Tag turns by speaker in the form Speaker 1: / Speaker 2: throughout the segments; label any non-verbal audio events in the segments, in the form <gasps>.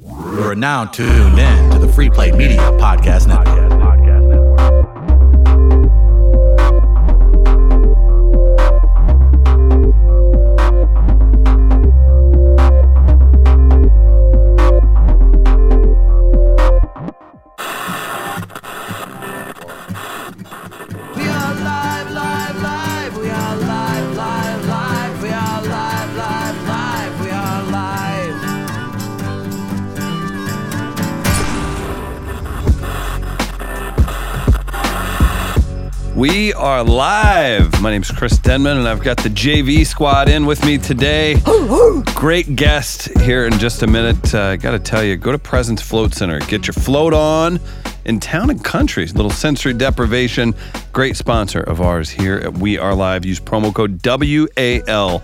Speaker 1: You are now tuned in to the Free Play Media Podcast Network.
Speaker 2: We are live, live, live. We are live, live, live. We are live, live, live. We are live.
Speaker 3: We are live. My name's Chris Denman, and I've got the JV squad in with me today. Great guest here in just a minute. Uh, I got to tell you, go to Presence Float Center. Get your float on in town and country. Little sensory deprivation. Great sponsor of ours here at We Are Live. Use promo code WAL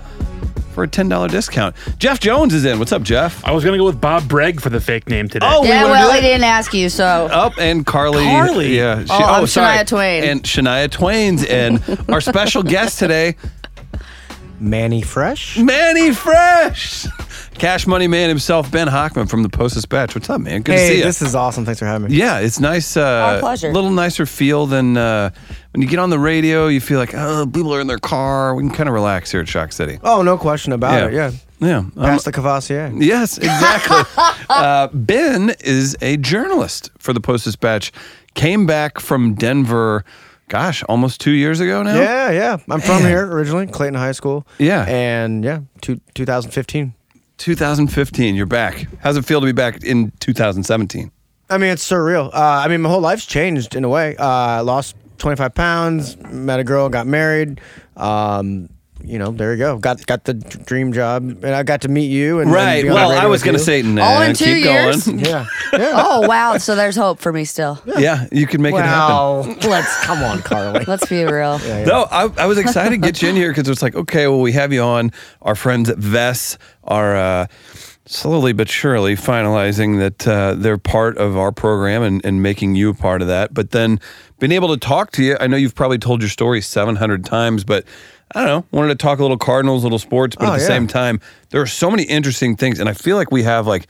Speaker 3: for a $10 discount. Jeff Jones is in. What's up, Jeff?
Speaker 4: I was gonna go with Bob Bragg for the fake name today.
Speaker 3: Oh, we
Speaker 5: Yeah,
Speaker 3: wanna
Speaker 5: well,
Speaker 3: do it?
Speaker 5: he
Speaker 3: Oh.
Speaker 5: didn't ask you, so
Speaker 3: Up and Carly.
Speaker 4: Carly.
Speaker 3: Yeah. She,
Speaker 5: Oh, I'm Shania Twain.
Speaker 3: And Shania Twain's in. Our special guest today,
Speaker 6: Manny Fresh.
Speaker 3: Manny Fresh. Cash Money Man himself, Ben Hockman from the Post Dispatch. What's up, man? Good to see
Speaker 6: Hey,
Speaker 3: you.
Speaker 6: this is awesome. Thanks for having me.
Speaker 3: yeah, it's nice. Uh, Our
Speaker 5: pleasure.
Speaker 3: Little nicer feel than uh, when you get on the radio. You feel like, oh, people are in their car. We can kind of relax here at Shock City.
Speaker 6: Oh, no question about it. Yeah.
Speaker 3: yeah. Um,
Speaker 6: Past the Cavassier.
Speaker 3: Yes, <laughs> exactly. uh, ben is a journalist for the Post Dispatch. Came back from Denver, gosh, almost two years ago now.
Speaker 6: Yeah, yeah. I'm from
Speaker 3: Man.
Speaker 6: here originally, Clayton High School.
Speaker 3: Yeah.
Speaker 6: And yeah, two, 2015.
Speaker 3: 2015. You're back. How's it feel to be back in 2017?
Speaker 6: I mean, it's surreal. Uh, I mean, my whole life's changed in a way. Uh, I lost 25 pounds, met a girl, got married. Um, you know, there you go. Got got the d- dream job, and I got to meet you. And and
Speaker 3: Right.
Speaker 6: be on the
Speaker 3: Well,
Speaker 6: radio
Speaker 3: I was
Speaker 6: with
Speaker 3: going to
Speaker 6: you.
Speaker 3: say, nah,
Speaker 5: All in two
Speaker 3: keep
Speaker 5: years?
Speaker 3: going.
Speaker 6: yeah, yeah.
Speaker 5: oh wow, so there's hope for me still.
Speaker 3: Yeah, you can make <laughs> it happen.
Speaker 6: Wow. let's come on,
Speaker 3: <laughs>
Speaker 6: Carly.
Speaker 5: Let's be real.
Speaker 3: No, I, I was excited to get you in here because it's like, okay, well, we have you on. Our friends at Vess are uh, slowly but surely finalizing that uh, they're part of our program and, and making you a part of that. But then being able to talk to you, I know you've probably told your story 700 times, but I don't know, wanted to talk a little Cardinals, little sports, but
Speaker 6: Oh,
Speaker 3: at the
Speaker 6: yeah.
Speaker 3: same time, there are so many interesting things. And I feel like we have like,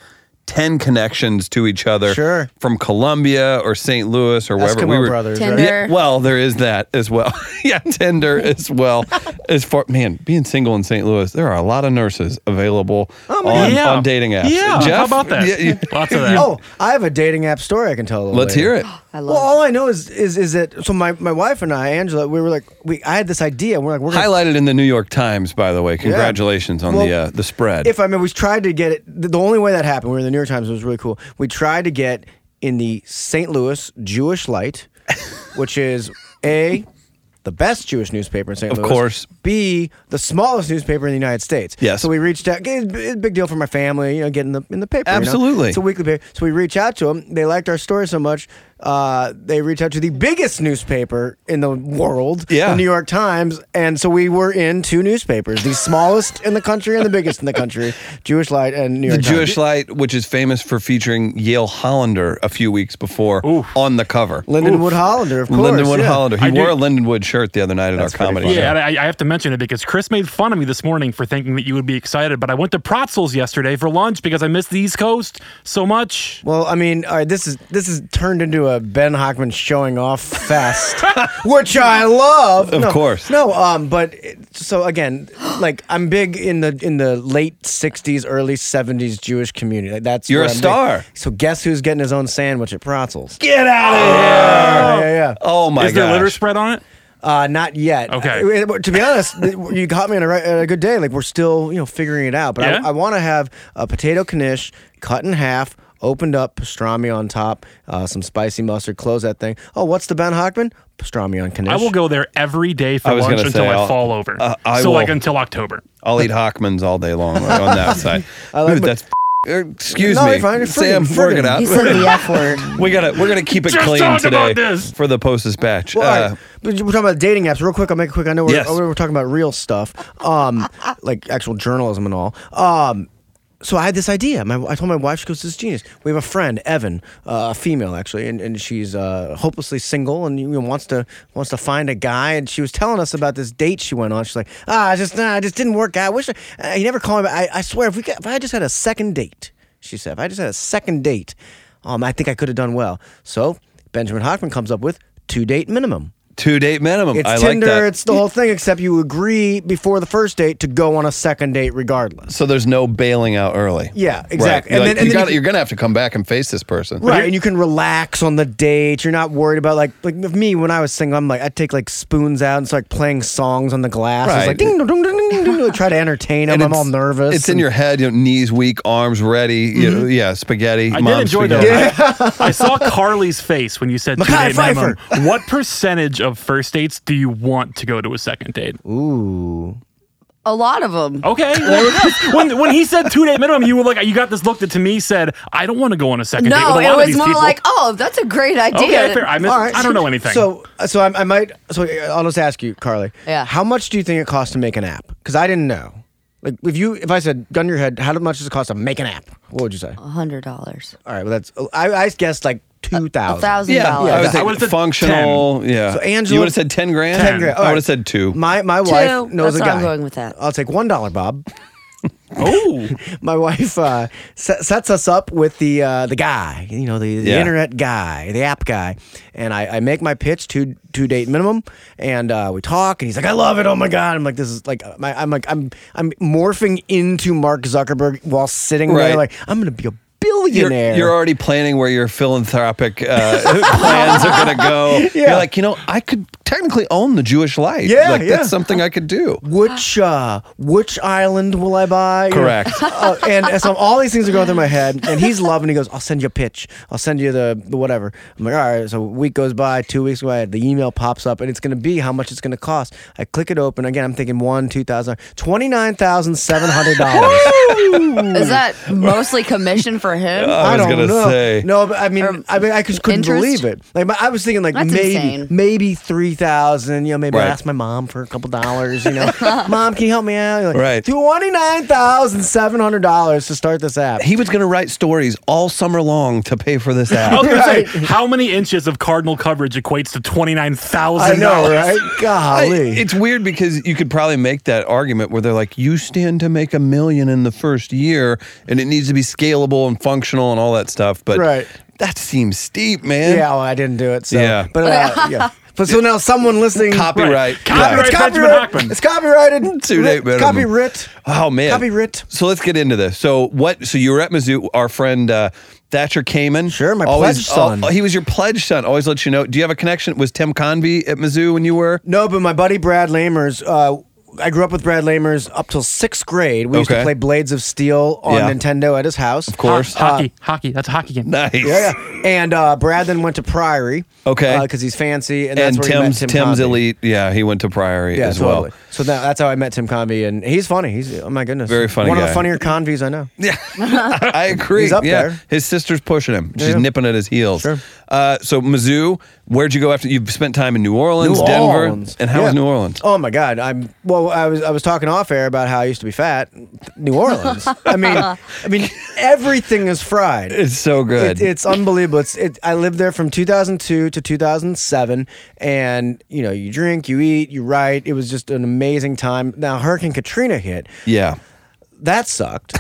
Speaker 3: 10 connections to each other
Speaker 6: Sure.
Speaker 3: from Columbia or St. Louis or wherever
Speaker 6: Eskimo
Speaker 3: we were.
Speaker 6: brothers. right?
Speaker 5: Tinder.
Speaker 3: Yeah, well, there is that as well. <laughs> yeah, Tinder as
Speaker 6: <laughs>
Speaker 3: well. As far man, being single in St. Louis, there are a lot of nurses available
Speaker 6: Oh,
Speaker 3: on,
Speaker 4: Yeah.
Speaker 3: on dating apps.
Speaker 4: Yeah,
Speaker 3: Jeff,
Speaker 4: how about that?
Speaker 3: yeah, you-
Speaker 4: Lots of that.
Speaker 6: Oh, I have a dating app story I can tell. a little
Speaker 3: let's
Speaker 6: later.
Speaker 3: hear it.
Speaker 6: <gasps>
Speaker 5: I
Speaker 6: Well,
Speaker 5: love
Speaker 6: all I know is is is that so my, my wife and I, Angela, we were like we I had this idea. We're like we're gonna,
Speaker 3: Highlighted in the New York Times, by the way. Congratulations on the
Speaker 6: Well,
Speaker 3: uh, the spread.
Speaker 6: if I mean we tried to get it. The, the only way that happened, we were in the New York Times. It was really cool. We tried to get in the St. Louis Jewish
Speaker 3: <laughs>
Speaker 6: Light, which is a the best Jewish newspaper in St.
Speaker 3: Of
Speaker 6: Louis.
Speaker 3: course.
Speaker 6: B the smallest newspaper in the United States.
Speaker 3: Yes.
Speaker 6: So we reached out. It's a big deal for my family, you know, getting the in the paper. you know?
Speaker 3: Absolutely.
Speaker 6: It's a weekly paper. So we reach out to them. They liked our story so much. Uh, they reach out to the biggest newspaper in the world,
Speaker 3: Yeah.
Speaker 6: the New York Times, and so we were in two newspapers, the smallest in the country and the biggest in the country, Jewish Light and New
Speaker 3: the
Speaker 6: York
Speaker 3: Jewish
Speaker 6: Times.
Speaker 3: Light, which is famous for featuring Yale Hollander a few weeks before on the cover.
Speaker 6: Lindenwood Hollander, of course.
Speaker 3: Lindenwood
Speaker 6: yeah.
Speaker 3: Hollander. He
Speaker 4: I
Speaker 3: wore
Speaker 4: do-
Speaker 3: a Lindenwood shirt the other night at
Speaker 6: That's
Speaker 3: our
Speaker 6: pretty
Speaker 3: comedy
Speaker 6: funny.
Speaker 3: show.
Speaker 4: yeah, and I, I have to mention it because Chris made fun of me this morning for thinking that you would be excited, but I went to Protzels yesterday for lunch because I missed the East Coast so much.
Speaker 6: Well, I mean, all right, this is this is turned into a Ben Hockman showing off
Speaker 3: <laughs>
Speaker 6: fest, which I love.
Speaker 3: Of
Speaker 6: No,
Speaker 3: course.
Speaker 6: No, um, but it- so again, like I'm big in the in the late '60s, early '70s Jewish community. Like, that's
Speaker 3: You're
Speaker 6: where
Speaker 3: a
Speaker 6: I'm big.
Speaker 3: star.
Speaker 6: So guess who's getting his own sandwich at Protzels?
Speaker 3: Get out of
Speaker 6: Yeah,
Speaker 3: here!
Speaker 6: yeah, yeah.
Speaker 3: Oh my
Speaker 4: Is there litter
Speaker 3: god!
Speaker 4: spread on it?
Speaker 6: Uh, not yet.
Speaker 4: Okay.
Speaker 6: I- I- to be honest, th- <laughs> you caught me on a, right, on a good day. Like we're still, you know, figuring it out. But
Speaker 4: Yeah?
Speaker 6: I, I want to have a potato knish cut in half, opened up, pastrami on top, uh, some spicy mustard. Close that thing. Oh, what's the Ben Hockman? Pastrami on knish.
Speaker 4: I will go there every day for
Speaker 3: I was
Speaker 4: lunch
Speaker 3: gonna
Speaker 4: until
Speaker 3: say,
Speaker 4: I
Speaker 3: I'll-
Speaker 4: fall over.
Speaker 3: uh, I
Speaker 4: so
Speaker 3: will-
Speaker 4: like until October.
Speaker 3: I'll eat Hockman's all day long right on
Speaker 6: <laughs>
Speaker 3: that side.
Speaker 6: like
Speaker 3: Dude,
Speaker 6: my-
Speaker 3: that's er, excuse
Speaker 6: No,
Speaker 3: me,
Speaker 6: you're fine, you're
Speaker 3: Sam.
Speaker 6: friggin',
Speaker 3: Work it
Speaker 6: friggin'.
Speaker 3: out.
Speaker 5: it. He said the F word.
Speaker 3: <laughs> We gotta we're gonna keep it
Speaker 4: Just
Speaker 3: clean
Speaker 4: talked
Speaker 3: today
Speaker 4: about this.
Speaker 3: for the post dispatch.
Speaker 6: Well, all
Speaker 3: Uh,
Speaker 6: right. But we're talking about dating apps real quick. I'll make it quick. I know we're,
Speaker 3: Yes.
Speaker 6: we're talking about real stuff, um, like actual journalism and all. Um, so I had this idea. My, I told my wife, she goes, "This is genius." We have a friend, Evan, uh, a female actually, and, and she's uh, hopelessly single and you know, wants to wants to find a guy. And she was telling us about this date she went on. She's like, uh, "Ah, I just nah, I just didn't work out. I wish I, I- he never called me. But I, I swear, if we got, if I just had a second date." she said, if I just had a second date, um, I think I could have done well. So Benjamin Hockman comes up with two date minimum.
Speaker 3: Two date minimum.
Speaker 6: It's
Speaker 3: I
Speaker 6: Tinder,
Speaker 3: like that.
Speaker 6: it's the whole thing, except you agree before the first date to go on a second date regardless.
Speaker 3: so there's no bailing out early.
Speaker 6: Yeah,
Speaker 3: Right.
Speaker 6: exactly.
Speaker 3: You're,
Speaker 6: And
Speaker 3: like,
Speaker 6: then- and
Speaker 3: you
Speaker 6: then
Speaker 3: gotta,
Speaker 6: you-
Speaker 3: you're gonna have to come back and face this person.
Speaker 6: Right, and you can relax on the date. You're not worried about like like with me when I was single. I'm like I take like spoons out and start like, playing songs on the glass. It's
Speaker 3: Right.
Speaker 6: like ding dong dong ding ding ding. ding. Try to entertain them.
Speaker 3: And
Speaker 6: I'm all
Speaker 3: it's-
Speaker 6: nervous.
Speaker 3: It's in
Speaker 6: and- Mm-hmm.
Speaker 3: your head. You know, knees weak, arms ready. You know, yeah, spaghetti.
Speaker 4: I did
Speaker 3: mom's
Speaker 4: enjoy though.
Speaker 3: spaghetti.
Speaker 4: I, I saw Carly's face when you said two
Speaker 6: Mekhi
Speaker 4: date minimum. What percentage of first dates do you want to go to a second date?
Speaker 6: ooh.
Speaker 5: A lot of them. <laughs>
Speaker 4: Okay, there it is. when when he said two date minimum, you were like, you got this look that to me said, I don't want to go on a second date.
Speaker 5: No,
Speaker 4: with a lot
Speaker 5: it
Speaker 4: of
Speaker 5: was
Speaker 4: these
Speaker 5: more
Speaker 4: people.
Speaker 5: like, oh, that's a great idea.
Speaker 4: okay, fair. I, mis-
Speaker 6: All right.
Speaker 4: I don't know anything. <laughs>
Speaker 6: So so I, I might so I'll just ask you, Carly.
Speaker 5: Yeah.
Speaker 6: How much do you think it costs to make an app? Because I didn't know. Like if you if I said gun to your head, how much does it cost to make an app? What would you say?
Speaker 5: hundred dollars,
Speaker 6: All right, well that's I I guessed like two thousand.
Speaker 5: thousand
Speaker 3: Yeah, I
Speaker 5: dollars.
Speaker 3: was
Speaker 4: I
Speaker 3: thinking
Speaker 4: would've said
Speaker 3: functional. Yeah,
Speaker 6: So Angela-
Speaker 3: you would have said ten grand.
Speaker 6: 10 grand. All
Speaker 3: I
Speaker 6: right.
Speaker 3: would have said two.
Speaker 6: My my wife
Speaker 5: That's
Speaker 6: knows
Speaker 5: where
Speaker 6: a guy. Oh.
Speaker 5: I'm going with that.
Speaker 6: I'll take one
Speaker 3: <laughs>
Speaker 6: dollar, Bob.
Speaker 4: oh,
Speaker 6: <laughs> my wife uh, se- sets us up with the uh, the guy, you know, the, the
Speaker 3: Yeah.
Speaker 6: internet guy, the app guy, and I, I make my pitch two two date minimum, and uh, we talk, and he's like, "I love it, oh my god!" I'm like, "This is like," uh, my, I'm like, I'm I'm morphing into Mark Zuckerberg while sitting
Speaker 3: Right.
Speaker 6: there, like, "I'm gonna be a
Speaker 3: you're,
Speaker 6: billionaire."
Speaker 3: you're already planning where your philanthropic uh, <laughs> plans are going to go. You're
Speaker 6: <laughs> Yeah.
Speaker 3: like, you know, I could technically own the Jewish life.
Speaker 6: Yeah,
Speaker 3: like,
Speaker 6: yeah.
Speaker 3: that's something I could do.
Speaker 6: which uh, which island will I buy? You know,
Speaker 3: Correct.
Speaker 6: <laughs> uh, and, and so all these things are going through my head, and he's loving. He goes, "I'll send you a pitch. I'll send you the, the whatever." I'm like, "All right." So a week goes by, two weeks go by. The email pops up, and it's going to be how much it's going to cost. I click it open again. I'm thinking one, two thousand, twenty nine thousand seven hundred dollars.
Speaker 5: Is that mostly commission for him?
Speaker 3: I was
Speaker 6: don't
Speaker 3: gonna
Speaker 6: know.
Speaker 3: say.
Speaker 6: no, but I mean,
Speaker 5: Or
Speaker 6: I mean, I just couldn't
Speaker 5: interest?
Speaker 6: believe it. Like my, I was thinking, like
Speaker 5: That's
Speaker 6: maybe
Speaker 5: insane.
Speaker 6: maybe three thousand. You know, maybe
Speaker 3: Right.
Speaker 6: I ask my mom for a couple dollars. You
Speaker 5: <laughs>
Speaker 6: know, mom, can you help me out? Like,
Speaker 3: Right.
Speaker 6: twenty nine thousand seven hundred dollars to start this app.
Speaker 3: He was going to write stories all summer long to pay for this
Speaker 4: I
Speaker 6: <laughs>
Speaker 3: ad.
Speaker 4: was going to say, how many inches of cardinal coverage equates to twenty nine
Speaker 6: I
Speaker 4: thousand?
Speaker 3: <laughs>
Speaker 6: know, right? Golly,
Speaker 3: I- it's weird because you could probably make that argument where they're like, you stand to make a million in the first year and it needs to be scalable and functional and all that stuff. But
Speaker 6: Right.
Speaker 3: that seems steep, man.
Speaker 6: yeah. Well, I didn't do it. So.
Speaker 3: Yeah.
Speaker 5: <laughs>
Speaker 6: but uh, yeah. But so now someone listening,
Speaker 3: Copyright.
Speaker 4: Right.
Speaker 3: Yeah.
Speaker 4: Copyright.
Speaker 6: it's
Speaker 4: Benjamin
Speaker 6: copyrighted.
Speaker 4: Hockman.
Speaker 6: It's copyrighted.
Speaker 3: Two date minimum.
Speaker 6: Copyright.
Speaker 3: Oh man,
Speaker 6: Copyright.
Speaker 3: So let's get into this. So what? So you were at Mizzou. Our friend uh, Thatcher Kamen.
Speaker 6: Sure, my
Speaker 3: always,
Speaker 6: pledge son.
Speaker 3: oh, he was your pledge son. Always let you know. Do you have a connection? Was Tim Convey at Mizzou when you were? <laughs>
Speaker 6: No, but my buddy Brad Lamers, uh, I grew up with Brad Lamers up till sixth grade. We used
Speaker 3: Okay.
Speaker 6: to play Blades of Steel on
Speaker 3: Yeah.
Speaker 6: Nintendo at his house. Of
Speaker 3: course.
Speaker 4: hockey, hockey. That's a hockey game.
Speaker 3: Nice.
Speaker 6: Yeah, yeah. And uh, Brad then went to Priory.
Speaker 3: Okay.
Speaker 6: Because he's fancy. And,
Speaker 3: And
Speaker 6: that's where
Speaker 3: Tim's
Speaker 6: he met Tim
Speaker 3: Tim's
Speaker 6: Convey.
Speaker 3: elite. Yeah, he went to Priory
Speaker 6: Yeah,
Speaker 3: as
Speaker 6: totally.
Speaker 3: well.
Speaker 6: So that, that's how I met Tim Convey. And he's funny. He's, oh my goodness.
Speaker 3: Very funny
Speaker 6: One of
Speaker 3: guy.
Speaker 6: the funnier Conveys I know.
Speaker 3: Yeah, I agree.
Speaker 6: He's up
Speaker 3: yeah,
Speaker 6: there.
Speaker 3: his sister's pushing him. She's
Speaker 6: Yeah.
Speaker 3: nipping at his heels.
Speaker 6: Sure.
Speaker 3: Uh, so Mizzou, where'd you go after? You've spent time in New Orleans, Denver, and how
Speaker 6: Yeah.
Speaker 3: was New Orleans?
Speaker 6: Oh my God! I'm well. I was I was talking off air about how I used to be fat.
Speaker 3: <laughs>
Speaker 6: New Orleans. I mean, I mean, everything is fried.
Speaker 3: It's so good.
Speaker 6: It, it's unbelievable. It's it, I lived there from 2002 to 2007, and you know, you drink, you eat, you write. It was just an amazing time. Now Hurricane Katrina hit. <laughs>
Speaker 3: yeah,
Speaker 6: That
Speaker 3: <laughs>
Speaker 6: sucked.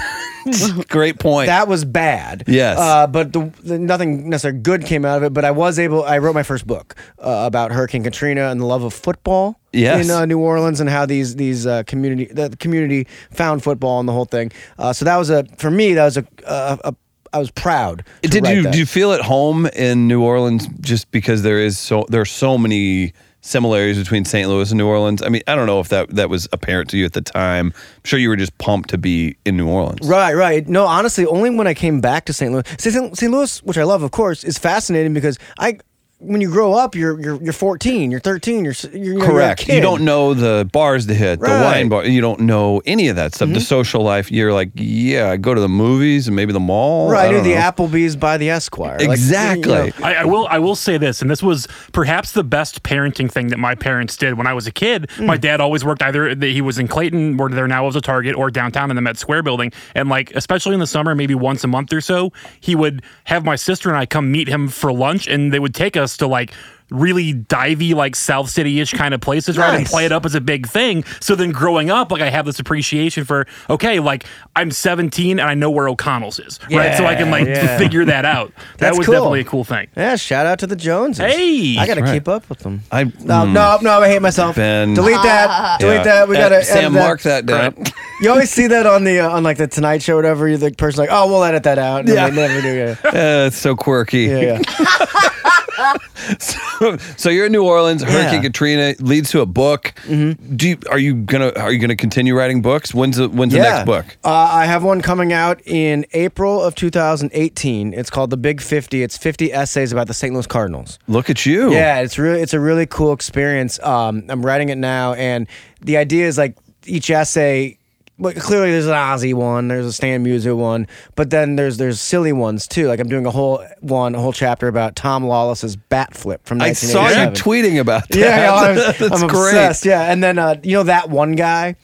Speaker 3: great point.
Speaker 6: That was bad.
Speaker 3: Yes.
Speaker 6: Uh, but the, the, nothing necessarily good came out of it. But I was able. I wrote my first book uh, about Hurricane Katrina and the love of football.
Speaker 3: Yes.
Speaker 6: In uh, New Orleans and how these these uh, community the community found football and the whole thing. Uh, so that was a for me that was a, a, a I was proud. to
Speaker 3: did
Speaker 6: write
Speaker 3: you
Speaker 6: that.
Speaker 3: do you feel at home in New Orleans just because there is so there are so many similarities between St. Louis and New Orleans? I mean, I don't know if that that was apparent to you at the time. I'm sure you were just pumped to be in New Orleans.
Speaker 6: Right, right. No, honestly, only when I came back to St. Louis. See, St. St. Louis, which I love, of course, is fascinating because I, when you grow up, you're you're, you're 14, you're 13, you're, s- you're you know, you're a
Speaker 3: Correct. You
Speaker 6: kid.
Speaker 3: don't know the bars to hit, the
Speaker 6: Right. Mm-hmm.
Speaker 3: wine bar. You don't know any of that stuff. The social life. You're like, yeah, I go to the movies and maybe the mall.
Speaker 6: Right, I, knew
Speaker 3: don't
Speaker 6: the
Speaker 3: know.
Speaker 6: Applebee's by the Esquire. Like,
Speaker 3: Exactly.
Speaker 6: you know,
Speaker 4: I, I will. I will say this, and this was perhaps the best parenting thing that my parents did when I was a kid.
Speaker 6: Mm.
Speaker 4: My dad always worked either that he was in Clayton, where there now was a Target, or downtown in the Met Square building. And like, especially in the summer, maybe once a month or so, he would have my sister and I come meet him for lunch, and they would take us access to like really divey like South City ish kind of places, right? And
Speaker 6: Nice.
Speaker 4: play it up as a big thing. So then growing up, like I have this appreciation for okay, like I'm 17 and I know where O'Connell's is, right? So I can like
Speaker 6: Yeah.
Speaker 4: figure that out. that
Speaker 6: That's
Speaker 4: was
Speaker 6: cool.
Speaker 4: definitely a cool thing.
Speaker 6: Yeah, shout out to the Joneses.
Speaker 4: Hey!
Speaker 6: I gotta
Speaker 3: Right.
Speaker 6: keep up with them.
Speaker 3: I-
Speaker 6: no, no, no, I hate myself.
Speaker 3: Ben.
Speaker 6: Delete that. Delete
Speaker 3: Yeah.
Speaker 6: that. We
Speaker 3: Uh,
Speaker 6: gotta
Speaker 3: Sam
Speaker 6: edit
Speaker 3: mark that down.
Speaker 6: You always see that on the uh, on like the Tonight Show, or whatever. You're the person like, oh, we'll edit that out. And yeah, they never do. Yeah,
Speaker 3: <laughs> Uh, it's so quirky.
Speaker 6: yeah. yeah.
Speaker 3: <laughs> So you're in New Orleans. Hurricane
Speaker 6: Yeah. Mm-hmm.
Speaker 3: Katrina leads to a book. Do you, are you gonna are you gonna continue writing books? When's the, when's the
Speaker 6: Yeah.
Speaker 3: next book?
Speaker 6: Uh, I have one coming out in April of 2018. It's called The Big 50. It's 50 essays about the St. Louis Cardinals.
Speaker 3: Look at you.
Speaker 6: Yeah, it's really it's a really cool experience. Um, I'm writing it now, and the idea is like each essay. Well, clearly, there's an Ozzy one, there's a Stan Musial one, but then there's there's silly ones too. Like I'm doing a whole one, a whole chapter about Tom Lawless's bat flip from
Speaker 3: I saw
Speaker 6: 1987.
Speaker 3: you tweeting about that.
Speaker 6: Yeah, yeah,
Speaker 3: <laughs>
Speaker 6: I'm,
Speaker 3: That's
Speaker 6: I'm
Speaker 3: great.
Speaker 6: obsessed. Yeah, and then uh, you know that one guy.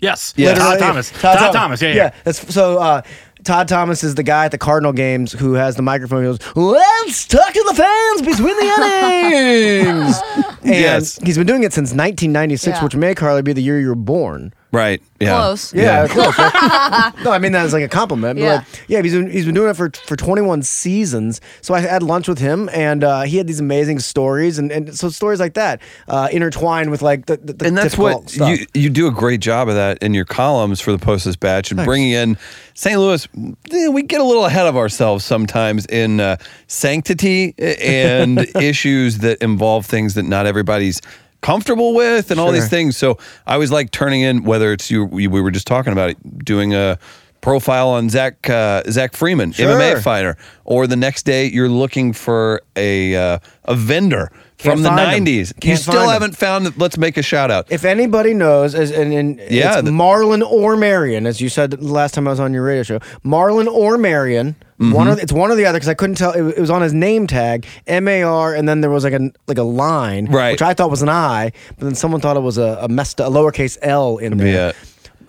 Speaker 4: Yes.
Speaker 3: Yeah.
Speaker 4: Todd
Speaker 6: Literally, yeah.
Speaker 4: Thomas. Todd, Thomas. Yeah, yeah.
Speaker 6: that's, so uh, Todd Thomas is the guy at the Cardinal games who has the microphone. He goes, "Let's talk to the fans between the innings." and
Speaker 3: Yes.
Speaker 6: he's been doing it since 1996,
Speaker 5: Yeah.
Speaker 6: which may hardly be the year you were born.
Speaker 3: Right. Yeah.
Speaker 5: Close.
Speaker 6: Yeah, close. right? <laughs> no, I mean that as like a compliment. But
Speaker 5: Yeah.
Speaker 6: like, yeah, he's been, he's been doing it for for 21 seasons. So I had lunch with him, and uh, he had these amazing stories, and, and so stories like that uh, intertwined with like the, the, the
Speaker 3: and that's
Speaker 6: difficult
Speaker 3: what
Speaker 6: stuff.
Speaker 3: you you do a great job of that in your columns for the Post Dispatch and bringing in St. Louis. eh, We get a little ahead of ourselves sometimes in uh, sanctity
Speaker 6: <laughs>
Speaker 3: and issues that involve things that not everybody's comfortable with and all these
Speaker 6: Sure.
Speaker 3: things. So I was like turning in whether it's you we we were just talking about it doing a profile on Zach uh, Zach Freeman MMA
Speaker 6: Sure.
Speaker 3: fighter or the next day you're looking for a uh, a vendor
Speaker 6: Can't
Speaker 3: from the
Speaker 6: find 'em.
Speaker 3: 90s. you
Speaker 6: Can't
Speaker 3: still
Speaker 6: find 'em.
Speaker 3: haven't found that let's make a shout out.
Speaker 6: If anybody knows, as and, and
Speaker 3: Yeah,
Speaker 6: it's
Speaker 3: the-
Speaker 6: Marlon or Marion, as you said the last time I was on your radio show, Marlon or Marion. One
Speaker 3: Mm-hmm.
Speaker 6: or, it's one or the other because I couldn't tell. It, was- it was on his name tag, M A R, and then there was like a like a line,
Speaker 3: Right.
Speaker 6: which I thought was an I, but then someone thought it was a, a messed up, a lowercase L in there.
Speaker 3: Yeah.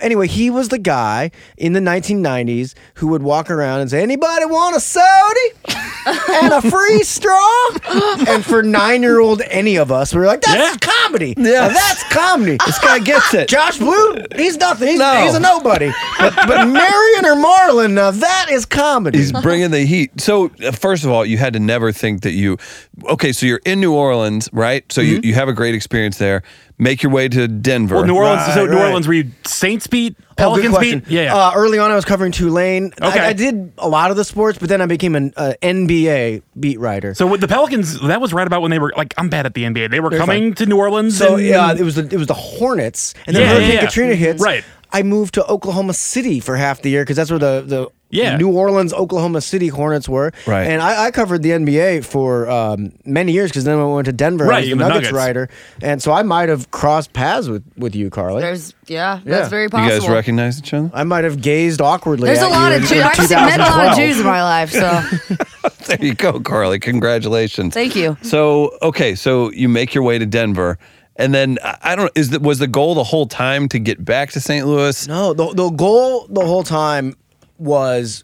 Speaker 6: Anyway, he was the guy in the 1990s who would walk around and say, "Anybody want a soda and a free straw?" And for nine-year-old any of us, we were like, "That's
Speaker 4: Yeah.
Speaker 6: comedy.
Speaker 3: Yeah.
Speaker 6: Now that's comedy."
Speaker 3: <laughs> This guy gets it.
Speaker 6: Josh Blue, he's nothing. He's,
Speaker 3: No.
Speaker 6: he's a nobody. But,
Speaker 3: <laughs>
Speaker 6: but Marion or Marlon, now that is comedy.
Speaker 3: He's bringing the heat. So, uh, first of all, you had to never think that you, okay, so you're in New Orleans, right? So you, you have a great experience there. Make your way to Denver.
Speaker 4: Mm-hmm. Well, New Orleans.
Speaker 6: Right,
Speaker 4: so New
Speaker 6: right.
Speaker 4: Orleans, were you Saints beat?
Speaker 6: Oh, good
Speaker 4: Pelicans
Speaker 6: question.
Speaker 4: beat? Yeah. yeah.
Speaker 6: Uh, early on, I was covering Tulane. I-
Speaker 4: Okay.
Speaker 6: I, did a lot of the sports, but then I became an uh, NBA beat writer.
Speaker 4: so with the Pelicans, that was right about when they were like, I'm bad at the NBA. They were coming to New Orleans.
Speaker 6: So
Speaker 4: and-
Speaker 6: yeah, it was the it was the Hornets, and then
Speaker 4: Yeah,
Speaker 6: Hurricane
Speaker 4: yeah, yeah.
Speaker 6: Katrina hits.
Speaker 4: Right.
Speaker 6: I moved to Oklahoma City for half the year because that's where the the
Speaker 4: Yeah.
Speaker 6: New Orleans, Oklahoma City Hornets were.
Speaker 3: Right.
Speaker 6: And I, I covered the NBA for um, many years because then I went to Denver. I
Speaker 4: Right,
Speaker 6: was the
Speaker 4: you're the
Speaker 6: Nuggets,
Speaker 4: Nuggets.
Speaker 6: writer, and so I might have crossed paths with with you, Carly.
Speaker 5: There's yeah,
Speaker 6: Yeah.
Speaker 5: that's very
Speaker 3: you
Speaker 5: possible.
Speaker 3: guys recognize each other? <laughs>
Speaker 6: I might have gazed awkwardly.
Speaker 5: There's
Speaker 6: at
Speaker 5: a lot
Speaker 6: you
Speaker 5: of
Speaker 6: in-
Speaker 5: Jews.
Speaker 6: in
Speaker 5: I've met a lot of
Speaker 6: 2012.
Speaker 5: Jews in my life, so
Speaker 3: There you go, Carly. Congratulations.
Speaker 5: Thank you.
Speaker 3: So, okay, so you make your way to Denver. And then I I don't is that was the goal the whole time to get back to St. Louis?
Speaker 6: No, the, the goal the whole time was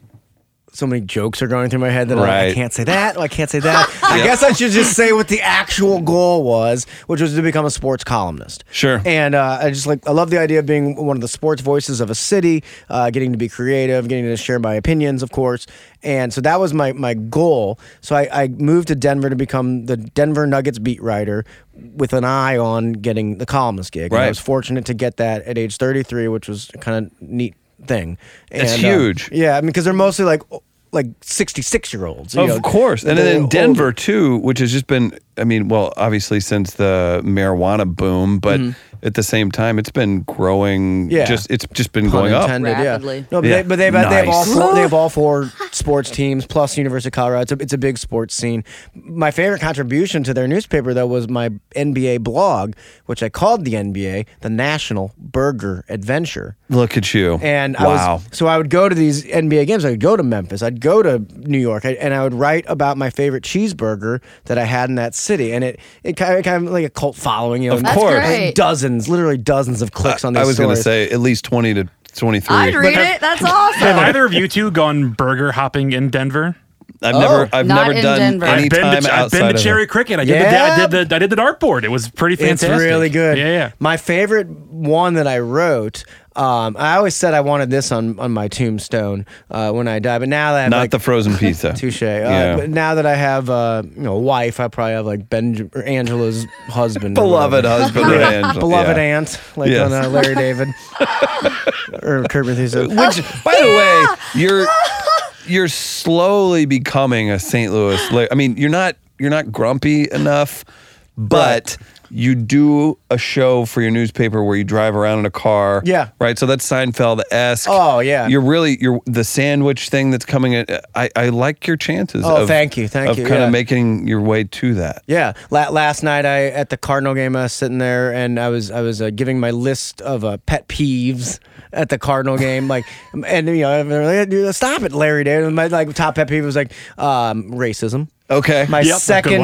Speaker 6: so many jokes are going through my head that I'm like,
Speaker 3: Right.
Speaker 6: I can't say that. I can't
Speaker 3: <laughs>
Speaker 6: say that. I guess I should just say what the actual goal was, which was to become a sports columnist.
Speaker 3: Sure.
Speaker 6: And uh, I just like I love the idea of being one of the sports voices of a city, uh, getting to be creative, getting to share my opinions, of course. And so that was my my goal. So I, I moved to Denver to become the Denver Nuggets beat writer, with an eye on getting the columnist gig. And
Speaker 3: Right.
Speaker 6: I was fortunate to get that at age 33, which was a kind of neat thing. And,
Speaker 3: That's
Speaker 6: uh,
Speaker 3: huge.
Speaker 6: yeah, I mean, because they're mostly like o- like 66 year olds.
Speaker 3: Of course. And then in Denver, too, which has just been, I mean, well, obviously since the marijuana boom, but at the same time, it's been growing.
Speaker 6: Mm-hmm. Yeah.
Speaker 3: Just, it's just been going up.
Speaker 5: intended.
Speaker 6: yeah.
Speaker 5: Rapidly.
Speaker 6: No, but,
Speaker 3: Yeah.
Speaker 6: They, but they've, they have all
Speaker 3: Nice.
Speaker 6: four, they have all four
Speaker 5: <laughs>
Speaker 6: sports teams plus University of Colorado. It's a, it's a big sports scene. My favorite contribution to their newspaper though was my NBA blog, which I called the NBA the National Burger Adventure.
Speaker 3: Look at you.
Speaker 6: And I
Speaker 3: wow.
Speaker 6: was so I would go to these NBA games. I'd go to Memphis. I'd go to New York, I- and I would write about my favorite cheeseburger that I had in that city. And it it kind of, kind of like a cult following. You know,
Speaker 3: Of
Speaker 6: like
Speaker 3: course.
Speaker 5: great.
Speaker 6: dozens, literally dozens of clicks on these
Speaker 3: I was
Speaker 6: going
Speaker 3: to say at least 20 to 23.
Speaker 5: I'd read
Speaker 6: have-
Speaker 5: it. That's
Speaker 4: Have
Speaker 5: awesome.
Speaker 4: either of you two gone burger hopping in Denver?
Speaker 3: I've never, I've
Speaker 5: Oh, Not
Speaker 3: never
Speaker 5: in
Speaker 3: done
Speaker 5: Denver.
Speaker 3: any
Speaker 5: I've
Speaker 4: I've been,
Speaker 3: time
Speaker 4: to, I've
Speaker 3: outside
Speaker 4: been to
Speaker 3: of-
Speaker 4: Cherry Cricket. I did,
Speaker 6: Yeah.
Speaker 4: the, I did the I did the dartboard. It was pretty fantastic.
Speaker 6: It's really good.
Speaker 4: Yeah, yeah.
Speaker 6: My favorite one that I wrote. Um, I always said I wanted this on, on my tombstone uh, when I die, but now that I'm
Speaker 3: Not
Speaker 6: like,
Speaker 3: the
Speaker 6: <laughs>
Speaker 3: frozen pizza.
Speaker 6: touche. Uh,
Speaker 3: Yeah.
Speaker 6: But now that I have uh, you know a wife, I probably have like Ben or Angela's <laughs> husband, or
Speaker 3: beloved
Speaker 6: whatever.
Speaker 3: husband,
Speaker 6: <laughs>
Speaker 3: of Angela.
Speaker 6: beloved
Speaker 3: yeah.
Speaker 6: aunt, like
Speaker 3: Yes.
Speaker 6: on uh,
Speaker 3: <laughs>
Speaker 6: Larry David or Kurt Matthews. <laughs>
Speaker 3: Which, by the way, you're you're slowly becoming a St. Louis. Lar- I mean, you're not you're not grumpy enough, but you do a show for your newspaper where you drive around in a car.
Speaker 6: Yeah.
Speaker 3: Right. So that's Seinfeld esque.
Speaker 6: Oh, yeah.
Speaker 3: You're really you're the sandwich thing that's coming. At, I I like your chances.
Speaker 6: Oh,
Speaker 3: of,
Speaker 6: thank you, thank
Speaker 3: of
Speaker 6: you,
Speaker 3: Kind
Speaker 6: yeah.
Speaker 3: of making your way to that.
Speaker 6: Yeah, La- last night I at the Cardinal game I was sitting there and I was I was uh, giving my list of uh, pet peeves at the
Speaker 4: <laughs>
Speaker 6: Cardinal game like and you know they're like, "Dude, stop it Larry dude And my like top pet peeve was like um, racism.
Speaker 3: Okay.
Speaker 4: Oh,
Speaker 6: My
Speaker 4: Yep, good one.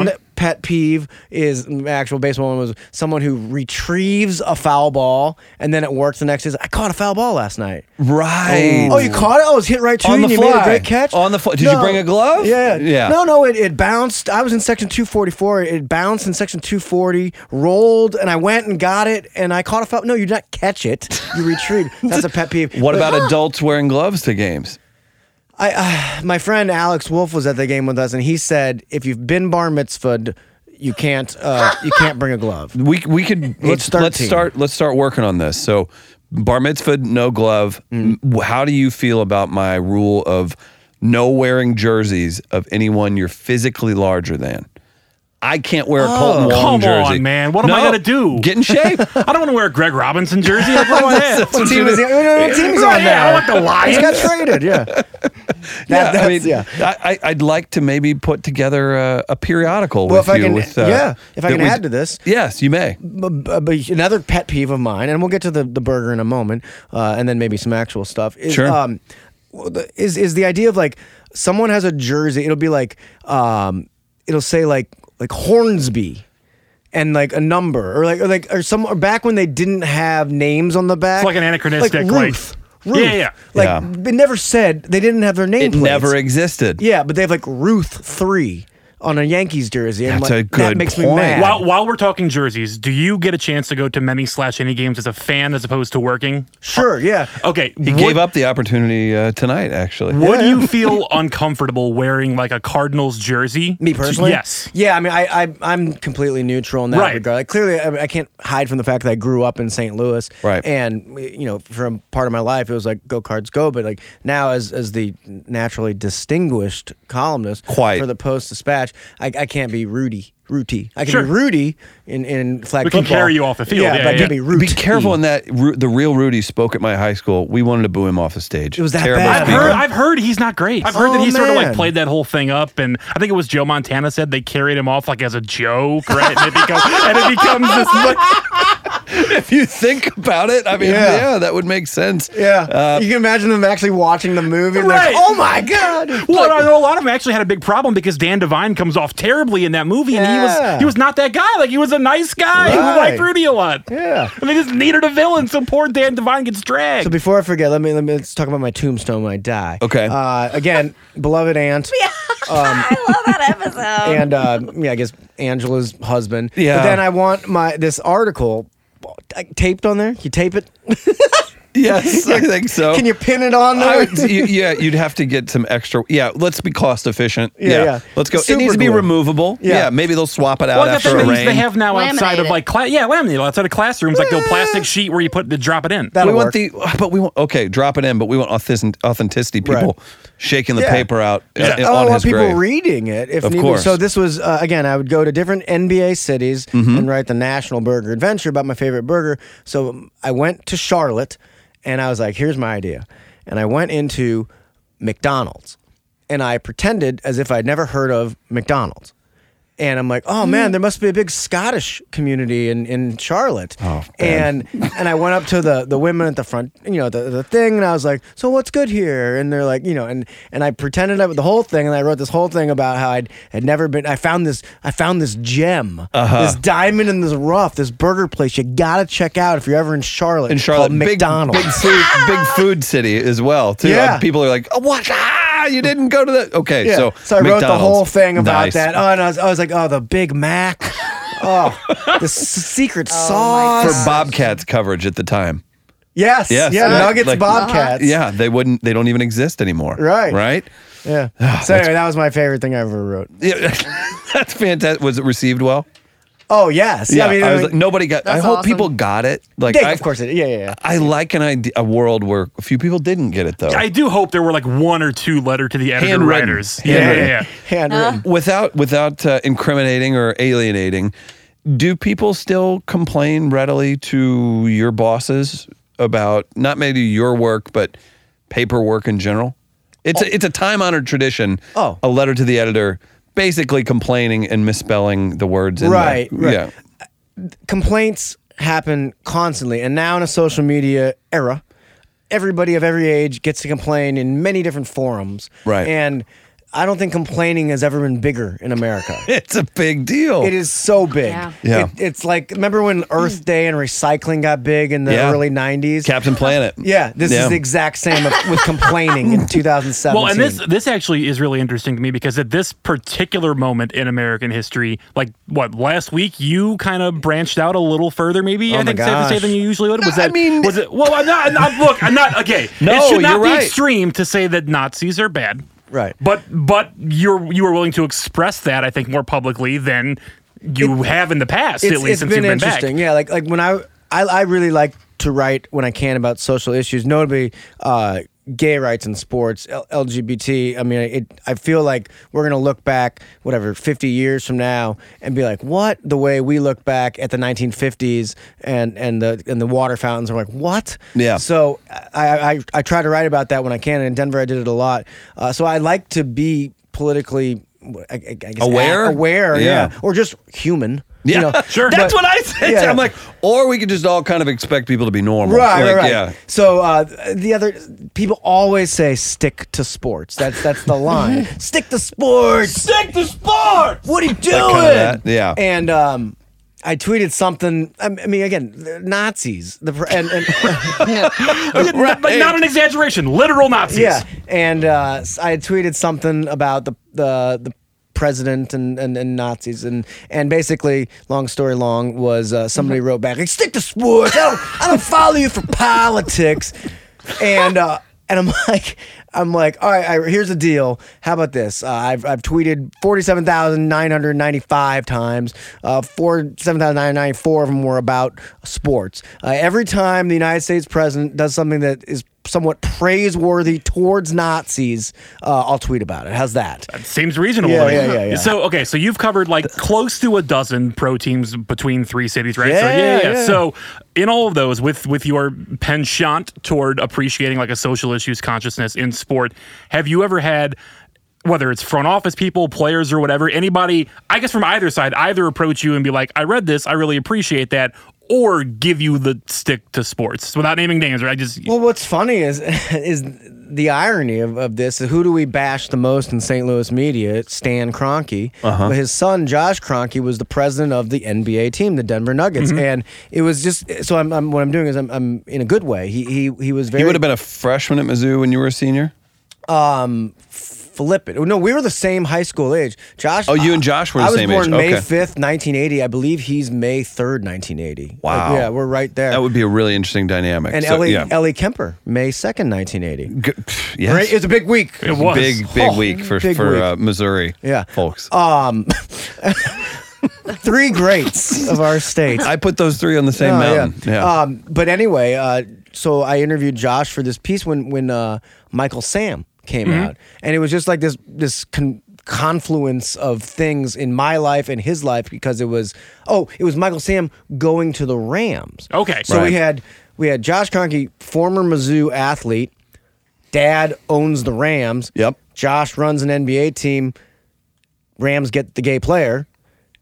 Speaker 6: second pet peeve is the actual baseball one was someone who retrieves a foul ball and then at work the next day is, I caught a foul ball last night.
Speaker 3: right.
Speaker 6: Oh, you caught it! Oh, it was hit right to
Speaker 3: On
Speaker 6: you.
Speaker 3: the
Speaker 6: and You made
Speaker 3: fly.
Speaker 6: a great catch.
Speaker 3: On the fly. Did you bring a glove?
Speaker 6: Yeah.
Speaker 3: Yeah.
Speaker 6: No, no, it, it bounced. I was in section 244. It bounced in section 240, rolled, and I went and got it, and I caught a foul. No, you did not catch it. You
Speaker 3: <laughs>
Speaker 6: retrieved. That's a pet peeve.
Speaker 3: What
Speaker 6: But <laughs>
Speaker 3: about
Speaker 6: <gasps>
Speaker 3: adults wearing gloves to games?
Speaker 6: I, uh, my friend Alex Wolf was at the game with us, and he said, if you've been bar mitzvahed, you can't, uh, you can't bring a
Speaker 3: <laughs>
Speaker 6: glove.
Speaker 3: we we could let's let's
Speaker 6: 13.
Speaker 3: start let's start working on this. So bar mitzvah, no glove.
Speaker 6: Mm.
Speaker 3: M- How do you feel about my rule of no wearing jerseys of anyone you're physically larger than? I can't wear a
Speaker 6: Oh,
Speaker 3: Colton Wong
Speaker 4: come on,
Speaker 3: jersey.
Speaker 4: man. What am I gonna do?
Speaker 3: Get in
Speaker 6: <laughs>
Speaker 3: shape. <laughs>
Speaker 4: I don't want to wear a Greg Robinson jersey. Like, what do I have?
Speaker 6: What team is he? What team he's
Speaker 4: Right,
Speaker 6: on
Speaker 4: yeah, I
Speaker 6: now?
Speaker 4: want the Lions.
Speaker 6: He's got traded.
Speaker 3: <laughs>
Speaker 6: Yeah. That,
Speaker 3: yeah, <laughs> I
Speaker 6: that's-
Speaker 3: mean,
Speaker 6: yeah.
Speaker 3: I, I, I'd like to maybe put together a, a periodical
Speaker 6: Well,
Speaker 3: with
Speaker 6: if I
Speaker 3: you.
Speaker 6: can-
Speaker 3: with, uh,
Speaker 6: yeah, if I
Speaker 3: that
Speaker 6: can add to this.
Speaker 3: yes, you may.
Speaker 6: b- b- b- another pet peeve of mine, and we'll get to the, the burger in a moment, uh, and then maybe some actual stuff. Is,
Speaker 3: Sure.
Speaker 6: Um, w- the- is is the idea of like someone has a jersey? It'll be like um, it'll say like like Hornsby. And like a number, or like, or like, or some, or back when they didn't have names on the back,
Speaker 4: It's like an anachronistic,
Speaker 6: like
Speaker 4: like-
Speaker 6: Ruth,
Speaker 4: Yeah,
Speaker 6: Ruth.
Speaker 4: yeah, yeah.
Speaker 6: like
Speaker 3: Yeah.
Speaker 6: it never said they didn't have their name.
Speaker 3: It never e-, existed.
Speaker 6: yeah, but they have like Ruth three on a Yankees jersey. and,
Speaker 3: That's
Speaker 6: like,
Speaker 3: a good
Speaker 6: that makes
Speaker 3: point.
Speaker 6: Me mad.
Speaker 4: While, while we're talking jerseys, do you get a chance to go to many slash any games as a fan as opposed to working?
Speaker 6: Sure, yeah.
Speaker 4: Okay,
Speaker 3: He gave up the opportunity uh, tonight, actually.
Speaker 4: Would you feel <laughs> uncomfortable wearing like a Cardinals jersey?
Speaker 6: Me personally,
Speaker 4: yes.
Speaker 6: yeah. I mean, I, I I'm completely neutral in that
Speaker 4: Right.
Speaker 6: regard. Like, clearly, I, I can't hide from the fact that I grew up in St. Louis,
Speaker 3: Right.
Speaker 6: And you know, for a part of my life, it was like go Cards go. But like now, as as the naturally distinguished columnist
Speaker 3: Quite.
Speaker 6: for the Post Dispatch, I, I can't be Rudy. Rudy. I can
Speaker 4: Sure.
Speaker 6: be Rudy in in flag
Speaker 4: We can
Speaker 6: football.
Speaker 4: carry you off the field.
Speaker 6: Yeah,
Speaker 4: Yeah,
Speaker 6: but I
Speaker 4: yeah,
Speaker 6: can be
Speaker 4: yeah.
Speaker 6: Rudy.
Speaker 3: Be careful in that. Ru- The real Rudy spoke at my high school. We wanted to boo him off the stage.
Speaker 6: It was that
Speaker 3: Terrible
Speaker 6: bad.
Speaker 4: I've
Speaker 3: speaker.
Speaker 4: heard, I've heard he's not great. I've heard that
Speaker 6: Oh,
Speaker 4: he sort of like
Speaker 6: man.
Speaker 4: played that whole thing up, and I think it was Joe Montana said they carried him off like as a joke, right? And it becomes, <laughs> and it becomes this. <laughs>
Speaker 3: if you think about it, I mean, yeah,
Speaker 6: Yeah.
Speaker 3: that would make sense.
Speaker 6: Yeah,
Speaker 3: Uh,
Speaker 6: you can imagine them actually watching the movie. And
Speaker 4: Right.
Speaker 6: they're like, oh my god!
Speaker 4: Well, I know a lot of them actually had a big problem because Dan Devine comes off terribly in that movie, and he
Speaker 6: Yeah.
Speaker 4: was he was not that guy. Like he was a nice guy who liked
Speaker 6: Right.
Speaker 4: Rudy a lot.
Speaker 6: Yeah.
Speaker 4: and they just needed a villain, so poor Dan Devine gets dragged.
Speaker 6: So before I forget, let me let me let's talk about my tombstone when I die.
Speaker 3: Okay.
Speaker 6: Uh, again, <laughs> beloved aunt
Speaker 5: I love that episode.
Speaker 6: and uh, yeah, I guess Angela's husband.
Speaker 3: Yeah.
Speaker 6: But then I want my this article like, taped on there. You tape it?
Speaker 3: Oh. yes,
Speaker 6: <laughs>
Speaker 3: I think so.
Speaker 6: Can you pin it on
Speaker 3: I
Speaker 6: there?
Speaker 3: would, you, yeah, you'd have to get some extra. Yeah, let's be cost efficient.
Speaker 6: Yeah, yeah.
Speaker 3: let's go. it
Speaker 6: Super
Speaker 3: needs to be
Speaker 6: glue.
Speaker 3: removable. Yeah.
Speaker 6: Yeah.
Speaker 3: maybe they'll swap it out
Speaker 4: Well, I got
Speaker 3: after
Speaker 4: the
Speaker 3: a
Speaker 4: things
Speaker 3: rain.
Speaker 4: they have now outside
Speaker 5: Laminate
Speaker 4: of
Speaker 5: it.
Speaker 4: like cla- yeah, laminate outside of classrooms, like the plastic sheet where you put the drop it in.
Speaker 6: That'll
Speaker 3: we want
Speaker 6: work.
Speaker 3: the, but we want okay, drop it in, but we want authentic, authenticity.
Speaker 6: Right.
Speaker 3: People shaking the
Speaker 6: Yeah.
Speaker 3: paper out uh,
Speaker 4: Yeah.
Speaker 6: Oh, I
Speaker 3: on
Speaker 6: want
Speaker 3: his
Speaker 6: people
Speaker 3: grave.
Speaker 6: reading it. If
Speaker 3: Of
Speaker 6: need be.
Speaker 3: course.
Speaker 6: So this was uh, again. I would go to different NBA cities
Speaker 3: Mm-hmm.
Speaker 6: and write the National Burger Adventure about my favorite burger. So um, I went to Charlotte, and I was like, "Here's my idea," and I went into McDonald's, and I pretended as if I'd never heard of McDonald's. And I'm like, oh man, there must be a big Scottish community in, in Charlotte.
Speaker 3: Oh, man.
Speaker 6: and and I went up to the the women at the front, you know, the, the thing, and I was like, so what's good here? And they're like, you know, and and I pretended I the whole thing, and I wrote this whole thing about how I'd had never been. I found this, I found this gem,
Speaker 3: Uh-huh.
Speaker 6: this diamond in this rough, this burger place. You gotta check out if you're ever in Charlotte.
Speaker 3: in Charlotte,
Speaker 6: called
Speaker 3: big,
Speaker 6: McDonald's.
Speaker 3: big food, big food city as well. Too.
Speaker 6: Yeah.
Speaker 3: Uh, people are like, oh, what? Ah! ah, you didn't go to the. Okay,
Speaker 6: Yeah.
Speaker 3: so
Speaker 6: I wrote the
Speaker 3: McDonald's.
Speaker 6: whole thing about
Speaker 3: Nice.
Speaker 6: that. Oh, and I was, I was like, oh, the Big
Speaker 3: <laughs>
Speaker 6: Mac. oh, the s- secret
Speaker 5: my
Speaker 3: for
Speaker 6: sauce.
Speaker 3: Bobcats coverage at the time.
Speaker 6: yes,
Speaker 3: Yes,
Speaker 6: yeah,
Speaker 3: like-
Speaker 6: Nuggets,
Speaker 3: like-
Speaker 6: Bobcats.
Speaker 3: Yeah, they wouldn't. They don't even exist anymore.
Speaker 6: Right.
Speaker 3: Right.
Speaker 6: <sighs> yeah.
Speaker 3: that's-
Speaker 6: so anyway, that was my favorite thing I ever wrote.
Speaker 3: Yeah, <laughs> that's fantastic. Was it received well?
Speaker 6: Oh yes, I mean,
Speaker 3: I was
Speaker 6: like-
Speaker 3: like, nobody got. I
Speaker 5: That's
Speaker 3: hope
Speaker 5: awesome.
Speaker 3: people got it. Like,
Speaker 6: yeah,
Speaker 3: I,
Speaker 6: of course, it, yeah, yeah, yeah.
Speaker 3: I like an idea, a world where a few people didn't get it though.
Speaker 4: I do hope there were like one or two letter to the editor
Speaker 3: Handwritten.
Speaker 4: writers. Yeah,
Speaker 3: Handwritten.
Speaker 4: yeah,
Speaker 3: Uh.
Speaker 4: yeah.
Speaker 6: handwritten.
Speaker 3: without without uh, incriminating or alienating, do people still complain readily to your bosses about not maybe your work but paperwork in general? It's a, it's a time honored tradition.
Speaker 6: Oh.
Speaker 3: a letter to the editor, basically complaining and misspelling the words. In the-
Speaker 6: Right, right. <laughs>
Speaker 3: Yeah.
Speaker 6: Complaints happen constantly, and now in a social media era, everybody of every age gets to complain in many different forums.
Speaker 3: Right.
Speaker 6: and I don't think complaining has ever been bigger
Speaker 3: <laughs>
Speaker 6: in America.
Speaker 3: It's a big deal.
Speaker 6: It is so big.
Speaker 5: Yeah.
Speaker 3: Yeah.
Speaker 6: It- it's like remember when Earth Day and recycling got big in the
Speaker 3: Yeah.
Speaker 6: early '90s.
Speaker 3: Captain Planet.
Speaker 6: <laughs> yeah, this
Speaker 3: Yeah.
Speaker 6: is
Speaker 3: <laughs>
Speaker 6: the exact same of, with
Speaker 4: <laughs>
Speaker 6: complaining in 2017.
Speaker 4: Well, and this this actually is really interesting to me because at this particular moment in American history, like what last week, you kind of branched out a little further. Maybe
Speaker 6: Oh
Speaker 4: I
Speaker 6: my
Speaker 4: think safe to say
Speaker 6: gosh.
Speaker 4: than you usually would. Was
Speaker 3: No, I
Speaker 4: that
Speaker 3: mean-
Speaker 4: was it? Well, I'm not. I'm not- look, I'm not
Speaker 6: <laughs>
Speaker 4: okay.
Speaker 3: No,
Speaker 4: it should not
Speaker 3: you're
Speaker 4: be
Speaker 3: right.
Speaker 4: extreme to say that Nazis are bad.
Speaker 6: Right.
Speaker 4: But but you're you are willing to express that I think more publicly than you have in the past. at least since
Speaker 6: been
Speaker 4: you've been back.
Speaker 6: interesting. Yeah, like like when I, I I really like to write when I can about social issues, notably uh, gay rights in sports, L- LGBT. I mean, it. I feel like we're gonna look back, whatever, fifty years from now, and be like, what the way we look back at the nineteen fifties and and the and the water fountains. I'm like, what?
Speaker 3: Yeah.
Speaker 6: So I I I try to write about that when I can. And in Denver, I did it a lot. Uh, so I like to be politically. I, I guess
Speaker 3: Aware?
Speaker 6: aware,
Speaker 3: Yeah.
Speaker 6: yeah, or just human.
Speaker 3: Yeah,
Speaker 6: You know,
Speaker 3: sure.
Speaker 6: but-
Speaker 3: That's what I said.
Speaker 6: Yeah.
Speaker 3: I'm like, or we could just all kind of expect people to be normal.
Speaker 6: Right,
Speaker 3: Like,
Speaker 6: right, right.
Speaker 3: Yeah.
Speaker 6: So uh, the other people always say stick to sports. That's that's the line. stick to sports. Stick to sports. What are you doing?
Speaker 3: that, yeah.
Speaker 6: And um, I tweeted something. I m- I mean, again, the Nazis. The pr- and, and
Speaker 4: <laughs>
Speaker 6: <laughs>
Speaker 4: But- But <laughs> not an exaggeration. Literal Nazis.
Speaker 6: yeah, and uh, s- I had tweeted something about the the the president and, and, and Nazis and and basically long story long was uh, somebody wrote back like stick to sports I don't I don't follow you for politics and uh, and I'm <laughs> like I'm like all right I, here's the deal how about this uh, I've I've tweeted forty seven thousand nine hundred ninety five times uh, four seven thousand nine ninety four of them were about sports uh, every time the United States president does something that is somewhat praiseworthy towards Nazis uh, I'll tweet about it how's that
Speaker 4: Seems reasonable.
Speaker 6: Yeah,
Speaker 4: to me.
Speaker 6: yeah, yeah, yeah.
Speaker 4: So okay, so you've covered like close to a dozen pro teams between three cities, right? so,
Speaker 6: Yeah, yeah.
Speaker 4: So in all of those, with with your penchant toward appreciating like a social issues consciousness in sport, have you ever had? Whether it's front office people, players, or whatever, anybody, I guess from either side, either approach you and be like, I read this, I really appreciate that, or give you the stick to sports without naming names, right? I just,
Speaker 6: Well, what's funny is <laughs> is the irony of, of this. Who do we bash the most in St. Louis media? It's Stan Kroenke.
Speaker 3: Uh-huh.
Speaker 6: But His son Josh Kroenke was the president of the NBA team, the Denver Nuggets,
Speaker 3: Mm-hmm.
Speaker 6: and it was just so. I'm, I'm what I'm doing is I'm, I'm in a good way. He he he was very
Speaker 3: You would have been a freshman at Mizzou when you were a senior.
Speaker 6: flip it. No, we were the same high school age. Josh.
Speaker 3: Oh, you and Josh were
Speaker 6: I
Speaker 3: the
Speaker 6: was
Speaker 3: same
Speaker 6: born
Speaker 3: age.
Speaker 6: May
Speaker 3: Okay.
Speaker 6: fifth, nineteen eighty. I believe he's May third, nineteen eighty.
Speaker 3: Wow.
Speaker 6: yeah, we're right there.
Speaker 3: That would be a really interesting dynamic.
Speaker 6: and
Speaker 3: So,
Speaker 6: Ellie
Speaker 3: yeah.
Speaker 6: Ellie Kemper, May second, nineteen eighty.
Speaker 3: G- pff, yes.
Speaker 6: Right, it's a big week.
Speaker 4: it was.
Speaker 3: Big big <laughs>
Speaker 6: Oh,
Speaker 3: week Uh, for
Speaker 6: big
Speaker 3: for
Speaker 6: week.
Speaker 3: Uh, Missouri.
Speaker 6: Yeah.
Speaker 3: folks.
Speaker 6: three greats of our state.
Speaker 3: I put those three on the same
Speaker 6: Oh,
Speaker 3: mountain. Uh, Yeah.
Speaker 6: Um, but anyway, uh, so I interviewed Josh for this piece when when uh, Michael Sam came
Speaker 3: Mm-hmm.
Speaker 6: out, and it was just like this this con- confluence of things in my life and his life because it was oh it was Michael Sam going to the Rams.
Speaker 4: Okay.
Speaker 6: so
Speaker 3: Right.
Speaker 6: we had we had Josh Conkey, former Mizzou athlete. Dad owns the Rams.
Speaker 3: Yep.
Speaker 6: Josh runs an NBA team. Rams get the gay player,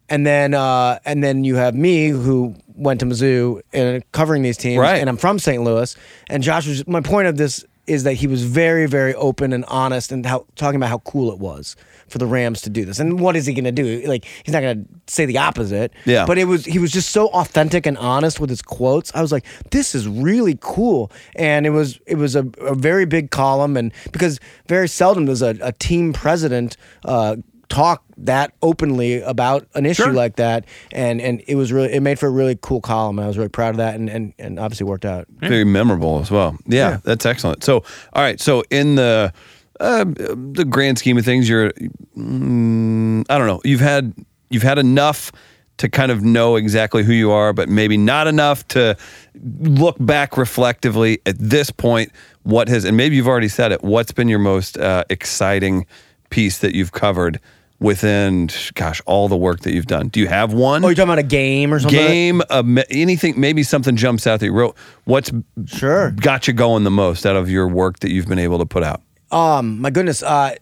Speaker 6: and then uh, and then you have me who went to Mizzou and covering these teams,
Speaker 3: Right.
Speaker 6: and I'm from St. Louis. And Josh was my point of this is that he was very, very open and honest and how talking about how cool it was for the Rams to do this. And what is he going to do? Like he's not going to say the opposite.
Speaker 3: Yeah.
Speaker 6: But it was he was just so authentic and honest with his quotes. I was like, this is really cool. And it was it was a, a very big column and because very seldom does a, a team president uh, talk that openly about an issue
Speaker 4: Sure.
Speaker 6: like that and and it was really it made for a really cool column and I was really proud of that and and, and obviously worked out
Speaker 3: very memorable as well. Yeah, that's excellent. So, all right. So, in the uh, the grand scheme of things, you're mm, I don't know. You've had you've had enough to kind of know exactly who you are, but maybe not enough to look back reflectively at this point. What has and maybe you've already said it. What's been your most uh, exciting piece that you've covered within? Gosh, all the work that you've done. Do you have one?
Speaker 6: Oh, you're talking about a game or something?
Speaker 3: game, a me- anything, maybe something jumps out that you wrote. What's
Speaker 6: Sure.
Speaker 3: got you going the most out of your work that you've been able to put out?
Speaker 6: Um, my goodness. Uh,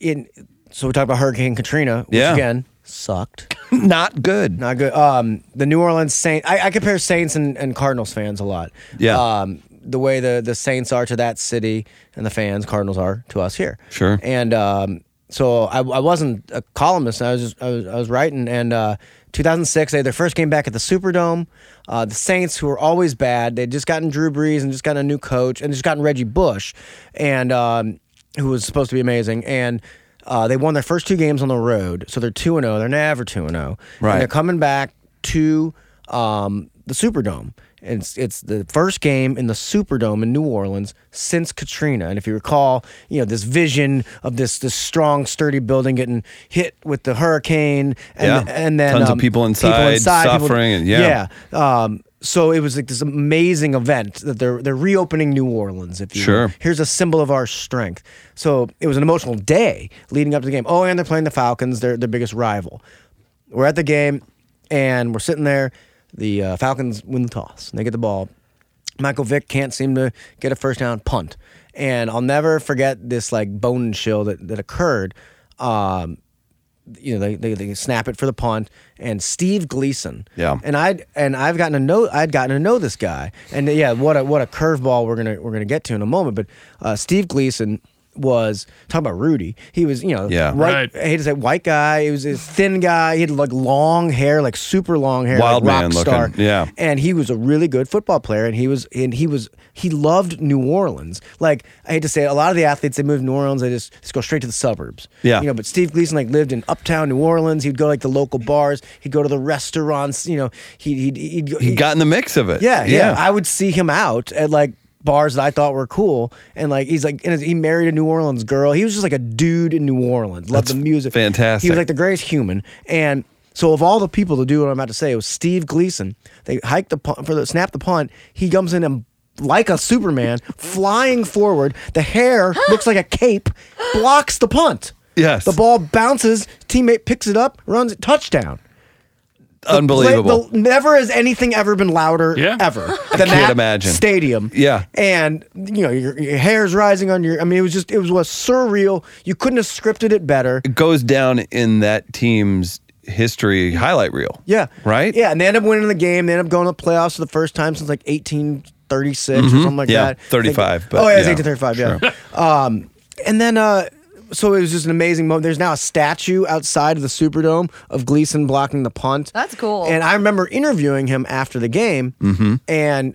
Speaker 6: in so we talked about Hurricane Katrina, which
Speaker 3: Yeah.
Speaker 6: again sucked.
Speaker 3: Not good.
Speaker 6: Not good. Um, the New Orleans Saints. I, I compare Saints and, and Cardinals fans a lot.
Speaker 3: Yeah.
Speaker 6: Um, the way the the Saints are to that city and the fans, Cardinals are to us here.
Speaker 3: Sure.
Speaker 6: And um, so I, I wasn't a columnist. I was just I was, I was writing. And uh, 2006, they had their first game back at the Superdome. Uh, the Saints, who were always bad, they'd just gotten Drew Brees and just gotten a new coach and just gotten Reggie Bush, and um, who was supposed to be amazing. And uh, they won their first two games on the road, so they're two and zero. They're never two and zero.
Speaker 3: Right.
Speaker 6: And they're coming back to um, the Superdome. And It's it's the first game in the Superdome in New Orleans since Katrina. And if you recall, you know this vision of this this strong, sturdy building getting hit with the hurricane, and
Speaker 3: Yeah.
Speaker 6: and then
Speaker 3: Tons of
Speaker 6: um,
Speaker 3: people inside
Speaker 6: people-
Speaker 3: suffering and- yeah.
Speaker 6: yeah. Um, so it was like this amazing event that they're they're reopening New Orleans. If you will.
Speaker 3: Sure.
Speaker 6: here's a symbol of our strength. So it was an emotional day leading up to the game. Oh, and they're playing the Falcons, their their biggest rival. We're at the game, and we're sitting there. The uh, Falcons win the toss, and they get the ball. Michael Vick can't seem to get a first down punt, and I'll never forget this like bone chill that that occurred. Um, you know, they, they, they snap it for the punt and Steve Gleason.
Speaker 3: Yeah.
Speaker 6: And I and I've gotten to know I'd gotten to know this guy. And yeah, what a what a curveball we're gonna we're gonna get to in a moment. But uh, Steve Gleason was talking about Rudy. He was, you know,
Speaker 3: Yeah.
Speaker 6: white,
Speaker 4: Right.
Speaker 6: I hate to say white guy. He was a thin guy. He had like long hair, like super long hair,
Speaker 3: Wild
Speaker 6: like rock
Speaker 3: man looking,
Speaker 6: star.
Speaker 3: yeah.
Speaker 6: And he was a really good football player. And he was and he was he loved New Orleans. Like I hate to say, it, a lot of the athletes they move to New Orleans, they just, just go straight to the suburbs.
Speaker 3: Yeah.
Speaker 6: You know, but Steve Gleason like lived in uptown New Orleans. He'd go like the local bars. He'd go to the restaurants. You know, he he'd, he'd, go-
Speaker 3: He got in the mix of it.
Speaker 6: yeah, yeah, I would see him out at like bars that I thought were cool, and like he's like, and he married a New Orleans girl. He was just like a dude in New Orleans. Loved the music. He
Speaker 3: fantastic.
Speaker 6: was like the greatest human. And so, of all the people to do what I'm about to say, it was Steve Gleason. They hiked the punt for the snap the punt. He comes in and. Like a Superman, flying forward, the hair <gasps> looks like a cape, blocks the punt.
Speaker 3: Yes.
Speaker 6: The ball bounces, teammate picks it up, runs it, touchdown.
Speaker 3: Unbelievable.
Speaker 6: Like, the- never has anything ever been louder
Speaker 4: Yeah.
Speaker 6: ever than
Speaker 3: can't
Speaker 6: that
Speaker 3: imagine.
Speaker 6: stadium.
Speaker 3: Yeah.
Speaker 6: and you know your, your hair's rising on your. I mean, it was just it was, was surreal. You couldn't have scripted it better.
Speaker 3: it goes down in that team's history highlight reel.
Speaker 6: Yeah,
Speaker 3: Right?
Speaker 6: Yeah, and they end up winning the game. They end up going to the playoffs for the first time since like eighteen thirty six or something like
Speaker 3: Mm-hmm. Yeah,
Speaker 6: that.
Speaker 3: 35, but
Speaker 6: oh yeah, it's
Speaker 3: yeah,
Speaker 6: eighteen thirty five. Yeah, um, and then. uh so it was just an amazing moment. There's now a statue outside of the Superdome of Gleason blocking the punt.
Speaker 5: That's cool.
Speaker 6: And I remember interviewing him after the game, and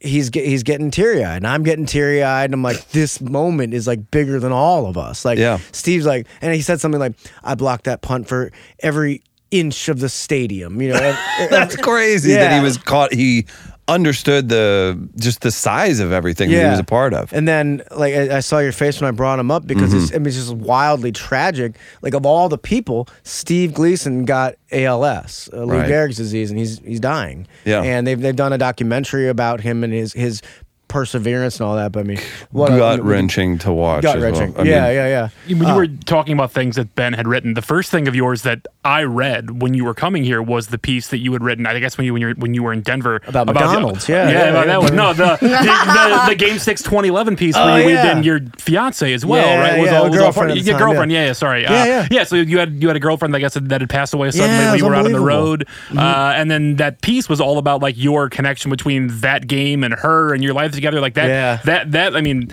Speaker 6: he's get, he's getting teary eyed, and I'm getting teary eyed, and I'm like, this moment is like bigger than all of us. Like,
Speaker 3: Yeah.
Speaker 6: Steve's like, and he said something like, I blocked that punt for every inch of the stadium. You know, ev- <laughs>
Speaker 3: That's crazy that he
Speaker 6: Yeah.
Speaker 3: was caught. He understood the just the size of everything that he was a part of.
Speaker 6: And then, like, I, I saw your face when I brought him up because
Speaker 3: Mm-hmm.
Speaker 6: it's, I mean, it's just wildly tragic. Like, of all the people, Steve Gleason got ALS, uh, Lou
Speaker 3: Right.
Speaker 6: Gehrig's disease, and he's he's dying.
Speaker 3: Yeah.
Speaker 6: And they've they've done a documentary about him and his his perseverance and all that. But I mean, what a-
Speaker 3: Gut wrenching to watch. as
Speaker 6: Gut
Speaker 3: well.
Speaker 6: wrenching.
Speaker 3: I mean,
Speaker 6: yeah, yeah, yeah.
Speaker 4: When you were talking about things that Ben had written, the first thing of yours that I read when you were coming here was the piece that you had written. I guess when you when you were, when you were in Denver
Speaker 6: About
Speaker 4: the-
Speaker 6: McDonald's, yeah,
Speaker 4: yeah,
Speaker 6: yeah,
Speaker 4: about
Speaker 6: yeah.
Speaker 4: that one. No, the
Speaker 6: <laughs>
Speaker 4: the, the, the Game Six 2011 piece
Speaker 6: Oh,
Speaker 4: where you
Speaker 6: yeah.
Speaker 4: yeah. in your fiance as well,
Speaker 6: Yeah,
Speaker 4: right? Was
Speaker 6: yeah,
Speaker 4: all,
Speaker 6: a
Speaker 4: was all
Speaker 6: girlfriend
Speaker 4: part-
Speaker 6: at the
Speaker 4: yeah,
Speaker 6: time,
Speaker 4: girlfriend.
Speaker 6: yeah.
Speaker 4: Yeah, yeah. Sorry.
Speaker 6: Yeah,
Speaker 4: uh,
Speaker 6: yeah.
Speaker 4: yeah. So you had you had a girlfriend, I guess, that had passed away suddenly.
Speaker 6: it was
Speaker 4: we were out on the
Speaker 6: unbelievable. Mm-hmm.
Speaker 4: road, uh, and then that piece was all about like your connection between that game and her and your life together. Like that.
Speaker 6: Yeah.
Speaker 4: That that I mean,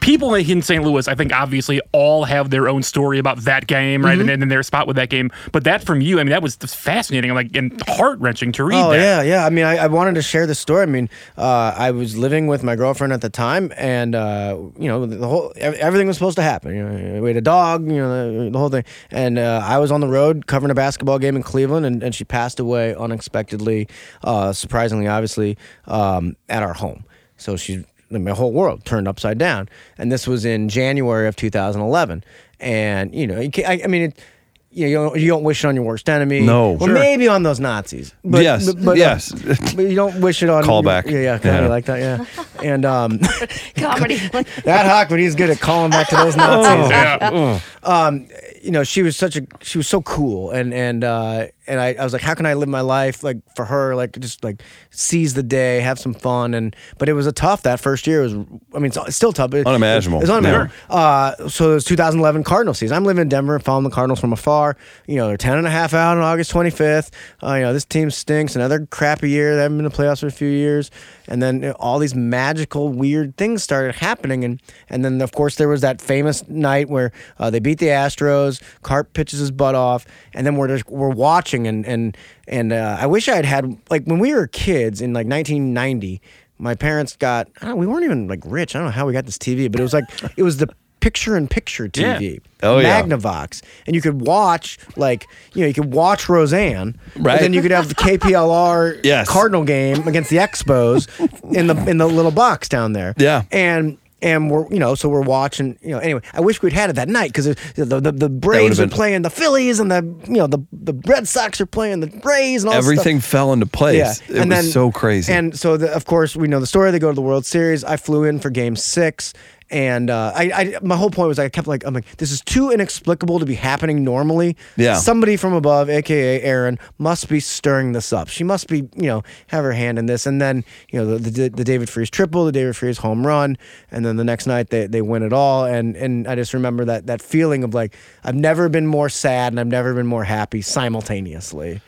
Speaker 4: people in St. Louis, I think, obviously all have their own story about that game,
Speaker 6: Mm-hmm.
Speaker 4: right? And then their spot with that game. But that from you, I mean, that was just fascinating, and, like and heart wrenching to read.
Speaker 6: Oh
Speaker 4: that.
Speaker 6: yeah, yeah. I mean, I, I wanted to share this story. I mean, uh, I was living with my girlfriend at the time, and uh, you know, the whole ev- everything was supposed to happen. You know, we had a dog, you know, the, the whole thing. And uh, I was on the road covering a basketball game in Cleveland, and, and she passed away unexpectedly, uh, surprisingly, obviously, um, at our home. So she, my whole world turned upside down. And this was in January of 2011. And you know, you can, I, I mean, it, you, know, you don't, you don't wish it on your worst enemy.
Speaker 3: No.
Speaker 6: Well,
Speaker 3: Sure.
Speaker 6: maybe on those Nazis. But,
Speaker 3: Yes,
Speaker 6: but, but, uh,
Speaker 3: yes.
Speaker 6: but you don't wish it on
Speaker 3: Callback.
Speaker 6: Yeah, yeah, kinda
Speaker 3: Yeah.
Speaker 6: like that. Yeah, and um, <laughs>
Speaker 5: Comedy.
Speaker 6: that Hockman, he's good at calling back to
Speaker 3: Oh.
Speaker 6: those Nazis.
Speaker 4: Yeah.
Speaker 6: Oh. You know, she was such a she was so cool, and and uh, and I, I was like, how can I live my life like for her, like just like seize the day, have some fun, and but it was a tough that first year. It was, I mean, it's, it's still tough. but it-
Speaker 3: Unimaginable.
Speaker 6: It's unimaginable.
Speaker 3: Yeah.
Speaker 6: Uh, so it was 2011 Cardinal season. I'm living in Denver and following the Cardinals from afar. You know, they're 10 and a half out on August 25th. Uh, you know, this team stinks. Another crappy year. They haven't been in the playoffs for a few years. And then you know, all these magical, weird things started happening. And, and then, of course, there was that famous night where uh, they beat the Astros. Carp pitches his butt off. And then we're just, we're watching. And, and, and uh, I wish I had had, like, when we were kids in like 1990, my parents got, I don't, we weren't even like rich. I don't know how we got this TV, but it was like, it was the picture in picture
Speaker 4: Yeah.
Speaker 6: TV.
Speaker 3: Oh, yeah.
Speaker 6: Magnavox. And you could watch like, you know, you could watch Roseanne.
Speaker 3: Right.
Speaker 6: But then you could have the KPLR
Speaker 3: Yes.
Speaker 6: Cardinal game against the Expos in the in the little box down there.
Speaker 3: Yeah.
Speaker 6: And and we're you know so we're watching you know anyway I wish we'd had it that night because the, the the Braves are
Speaker 3: been-
Speaker 6: playing the Phillies and the you know the the Red Sox are playing the Braves and all this stuff.
Speaker 3: Everything fell into place. It was so crazy.
Speaker 6: And so, the, of course, we know the story. They go to the World Series. I flew in for Game Six, and uh, I, I, my whole point was I kept like, I'm like, this is too inexplicable to be happening normally.
Speaker 3: Yeah.
Speaker 6: Somebody from above, aka Aaron, must be stirring this up. She must be, you know, have her hand in this. And then, you know, the the, the David Freeze triple, the David Freeze home run, and then the next night they, they win it all. And and I just remember that that feeling of like, I've never been more sad and I've never been more happy simultaneously.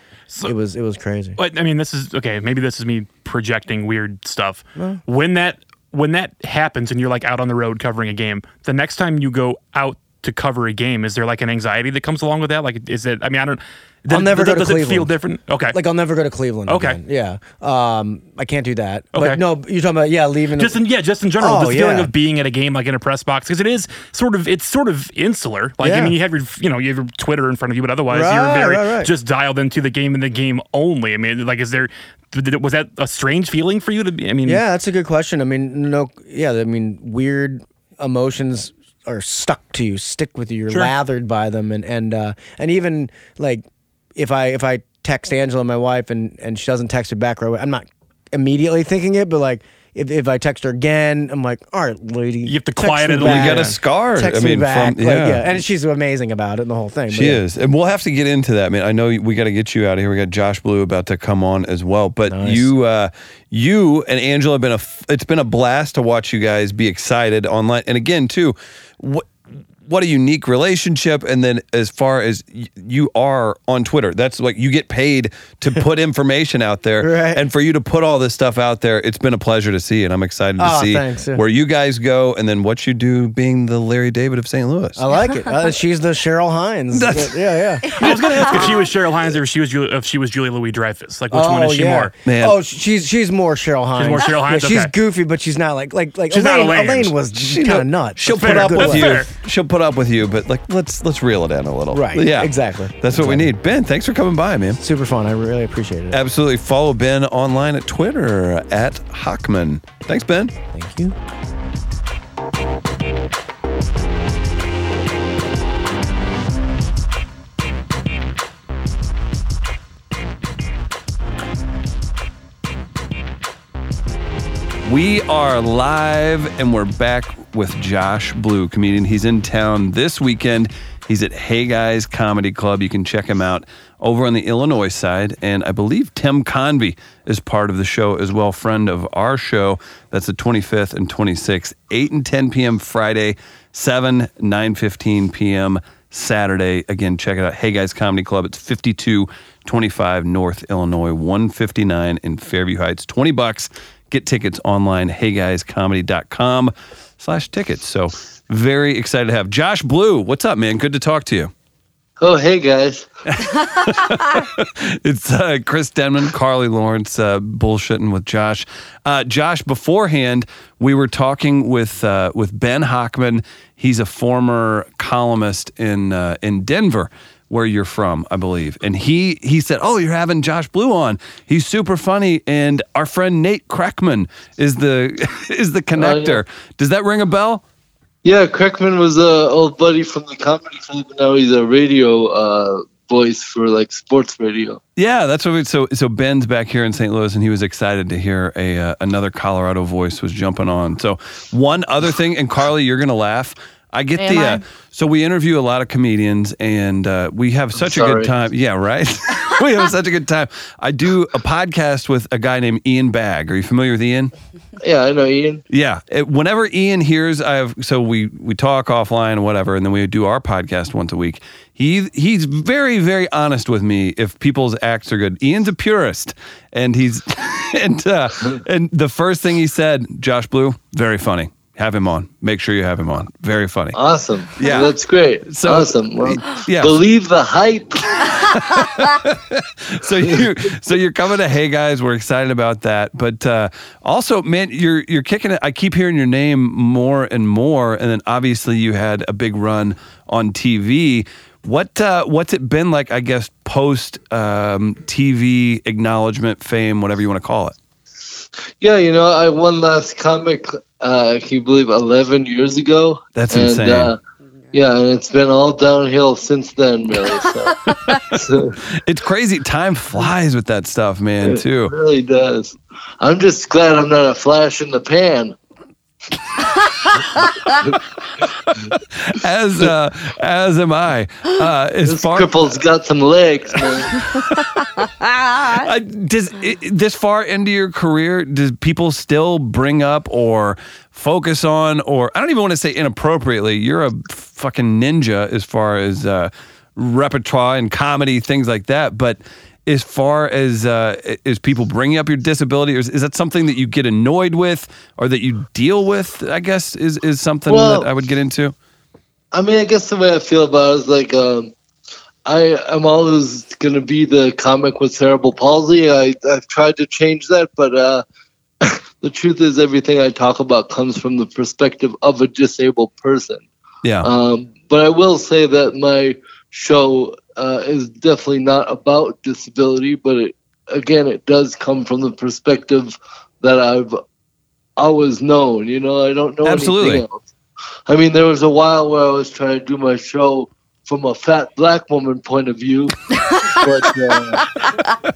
Speaker 6: it was it was crazy.
Speaker 4: But I mean, this is okay. Maybe this is me projecting weird stuff. When that when that happens, and you're like out on the road covering a game, the next time you go out to cover a game, is there like an anxiety that comes along with that? Like, is it? I mean, I don't.
Speaker 6: I'll never
Speaker 4: does,
Speaker 6: go to
Speaker 4: does it feel
Speaker 6: Cleveland.
Speaker 4: different? Okay.
Speaker 6: Like I'll never go to Cleveland.
Speaker 4: Okay.
Speaker 6: again. Yeah. Um, I can't do that. Okay.
Speaker 4: Okay.
Speaker 6: But no, you're talking about yeah, leaving.
Speaker 4: just in, yeah, just in general,
Speaker 6: Oh,
Speaker 4: the feeling
Speaker 6: yeah.
Speaker 4: of being at a game like in a press box because it is sort of it's sort of insular. Like
Speaker 6: Yeah.
Speaker 4: I mean, you have your you know you have your Twitter in front of you, but otherwise
Speaker 6: Right,
Speaker 4: you're very
Speaker 6: right, right.
Speaker 4: just dialed into the game and the game only. I mean, like is there did it- was that a strange feeling for you to be? I mean,
Speaker 6: yeah, that's a good question. I mean, no, yeah, I mean, weird emotions are stuck to you, stick with you. You're
Speaker 4: Sure.
Speaker 6: lathered by them, and and uh, and even like if I if I text Angela, my wife, and and she doesn't text me back right away, I'm not immediately thinking it, but like. If, if I text her again, I'm like, all right, lady.
Speaker 4: You have to
Speaker 6: text
Speaker 4: quiet
Speaker 6: me
Speaker 4: it a little-
Speaker 3: you
Speaker 6: back.
Speaker 3: get a scar.
Speaker 6: Text
Speaker 3: I
Speaker 6: me
Speaker 3: mean,
Speaker 6: back.
Speaker 3: from-
Speaker 6: like,
Speaker 3: yeah.
Speaker 6: And she's amazing about it and the whole thing. but
Speaker 3: She
Speaker 6: yeah.
Speaker 3: is, and we'll have to get into that, man. I know we got to get you out of here. We got Josh Blue about to come on as well, but you, uh, you and Angela have been a. f- It's been a blast to watch you guys be excited online, and again too, what what a unique relationship. And then as far as y- you are on Twitter, that's like you get paid
Speaker 6: <laughs>
Speaker 3: to put information out there,
Speaker 6: Right.
Speaker 3: and for you to put all this stuff out there, it's been a pleasure to see, and I'm excited to
Speaker 6: Oh,
Speaker 3: see
Speaker 6: thanks, yeah.
Speaker 3: where you guys go, and then what you do, being the Larry David of St. Louis.
Speaker 6: I like it. Uh, she's the Cheryl Hines. yeah, yeah.
Speaker 4: I was gonna ask if she
Speaker 6: <laughs>
Speaker 4: was Cheryl Hines or if she was Ju- if she was Julie Louis Dreyfus. Like <laughs> which
Speaker 6: Oh,
Speaker 4: one is she
Speaker 6: yeah.
Speaker 4: more?
Speaker 3: Man.
Speaker 6: Oh, she's she's more Cheryl Hines.
Speaker 4: more Cheryl Hines?
Speaker 6: Yeah, she's
Speaker 4: Okay.
Speaker 6: goofy, but she's not like like like
Speaker 4: She's not
Speaker 6: Elaine,
Speaker 4: Elaine.
Speaker 6: Elaine was kind of nuts.
Speaker 3: She'll
Speaker 6: But
Speaker 3: put
Speaker 6: in a
Speaker 3: up
Speaker 6: good
Speaker 3: with
Speaker 6: way.
Speaker 3: you.
Speaker 4: fair.
Speaker 3: She'll put up with you, but like let's let's reel it in a little.
Speaker 6: Right.
Speaker 3: Yeah.
Speaker 6: Exactly.
Speaker 3: That's what we need. Ben, thanks for coming by, man.
Speaker 6: Super fun. I really appreciate it.
Speaker 3: Absolutely. Follow Ben online at Twitter at Hockman. Thanks, Ben.
Speaker 6: Thank you.
Speaker 3: We are live and we're back with Josh Blue, comedian. He's in town this weekend. He's at Hey Guys Comedy Club. You can check him out over on the Illinois side. And I believe Tim Convey is part of the show as well, friend of our show. That's the 25th and 26th, 8 and 10 p.m. Friday, 7, 9 15 p.m. Saturday. Again, check it out. Hey Guys Comedy Club. It's 5225 North Illinois, 159 in Fairview Heights. 20 bucks. Get tickets online, heyguyscomedy.com slash tickets. So very excited to have Josh Blue. What's up, man? Good to talk to you.
Speaker 7: Oh, hey guys.
Speaker 3: It's uh, Chris Denman, Carly Lawrence, uh, bullshitting with Josh. Uh, Josh, beforehand, we were talking with uh, with Ben Hockman. He's a former columnist in uh, in Denver, where you're from, I believe. And he he said, "Oh, you're having Josh Blue on. He's super funny." And our friend Nate Kreckman is the <laughs> is the connector. Does that ring a bell?
Speaker 7: Yeah, Crackman was a old buddy from the comedy club. Now he's a radio uh, voice for like sports radio.
Speaker 3: Yeah, that's what we. So, so Ben's back here in St. Louis, and he was excited to hear a uh, another Colorado voice was jumping on. So, one other thing, and Carly, you're gonna laugh. I get
Speaker 5: Am
Speaker 3: the.
Speaker 5: I?
Speaker 3: Uh, so we interview a lot of comedians, and uh, we have such a good
Speaker 7: sorry.
Speaker 3: time. Yeah, right. <laughs> we have such a good time. I do a podcast with a guy named Ian Bagg. Are you familiar with Ian?
Speaker 7: Yeah, I know Ian.
Speaker 3: Yeah. It- whenever Ian hears, I have so we we talk offline and whatever, and then we do our podcast once a week. He he's very very honest with me if people's acts are good. Ian's a purist, and he's <laughs> and uh, and the first thing he said, Josh Blue, very funny. Have him on. Make sure you have him on. Very funny.
Speaker 7: Awesome.
Speaker 3: Yeah.
Speaker 7: that's great.
Speaker 3: So-
Speaker 7: awesome. Well,
Speaker 3: yeah.
Speaker 7: believe the hype.
Speaker 3: so you so you're coming to hey guys we're excited about that but uh, also man you're you're kicking it i keep hearing your name more and more and then obviously you had a big run on tv what uh, what's it been like i guess post um, tv acknowledgement fame whatever you want to call it
Speaker 7: Yeah, you know, I won last comic. Uh, can you believe eleven years ago?
Speaker 3: That's
Speaker 7: and,
Speaker 3: insane.
Speaker 7: Uh, yeah, and it's been all downhill since then, really.
Speaker 3: <laughs>
Speaker 7: So, so
Speaker 3: it's crazy time flies with that stuff man
Speaker 7: it
Speaker 3: too
Speaker 7: really does. I'm just glad I'm not a flash in the pan.
Speaker 3: as uh, as am i uh, as
Speaker 7: This
Speaker 3: far
Speaker 7: cripple's got some legs, man.
Speaker 3: Uh, does i this far into your career, does people still bring up or focus on, or I don't even want to say inappropriately, you're a fucking ninja as far as uh, repertoire and comedy things like that. But as far as uh, i- is people bringing up your disability, or is, is that something that you get annoyed with, or that you deal with? I guess is is something
Speaker 7: Well-
Speaker 3: that I would get into.
Speaker 7: I mean, I guess the way I feel about it is like um, I am always going to be the comic with cerebral palsy. I, I've tried to change that, but uh, <laughs> the truth is, everything I talk about comes from the perspective of a disabled person.
Speaker 3: Yeah,
Speaker 7: Um, but I will say that my show uh, is definitely not about disability, but it, again, it does come from the perspective that I've always known. You know, I don't know
Speaker 3: Absolutely.
Speaker 7: anything else. I mean, there was a while where I was trying to do my show from a fat black woman point of
Speaker 3: <laughs>
Speaker 7: view, but uh,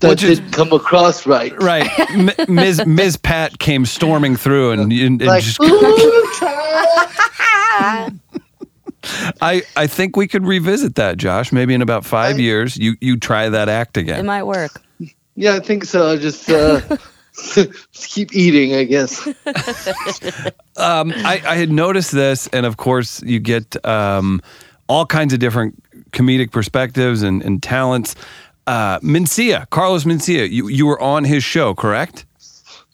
Speaker 7: that
Speaker 3: Which is-
Speaker 7: didn't come across right. <laughs>
Speaker 3: right. M- Ms. Ms. Pat came storming through and, and, and
Speaker 7: Like,
Speaker 3: just
Speaker 7: "Ooh, child."
Speaker 3: I, I think we could revisit that, Josh. Maybe in about five years, you you try that act
Speaker 5: It
Speaker 3: again.
Speaker 5: might work.
Speaker 7: yeah, I think so. I just uh, <laughs> just keep eating, I guess.
Speaker 3: Um, I, I had noticed this, and of course, you get um, all kinds of different comedic perspectives and, and talents. Uh, Mencia, Carlos Mencia, you, you were on his show, correct?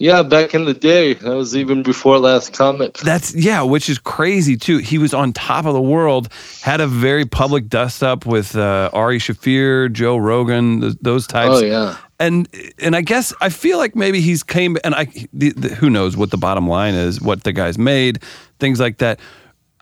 Speaker 7: Yeah, back in the day. That was even before last comic.
Speaker 3: That's yeah, which is crazy too. He was on top of the world, had a very public dust up with uh, Ari Shafir, Joe Rogan, th- those types.
Speaker 7: Oh, yeah.
Speaker 3: and and I guess I feel like maybe he's came and I the, the, who knows what the bottom line is, what the guy's made, things like that.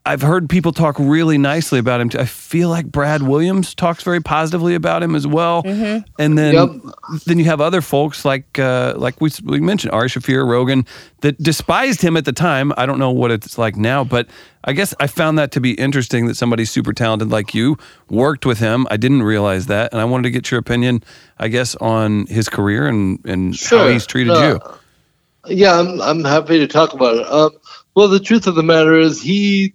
Speaker 3: I've heard people talk really nicely about him. Too. I feel like Brad Williams talks very positively about him as well.
Speaker 5: Mm-hmm.
Speaker 3: And then then you have other folks like uh, like we, we mentioned Ari Shafir, Rogan that despised him at the time. I don't know what it's like now, but I guess I found that to be interesting that somebody super talented like you worked with him. I didn't realize that, and I wanted to get your opinion, I guess, on his career and and how
Speaker 7: Sure.
Speaker 3: he's treated
Speaker 7: No.
Speaker 3: you.
Speaker 7: Yeah, I'm, I'm happy to talk about it. Um, well, the truth of the matter is, he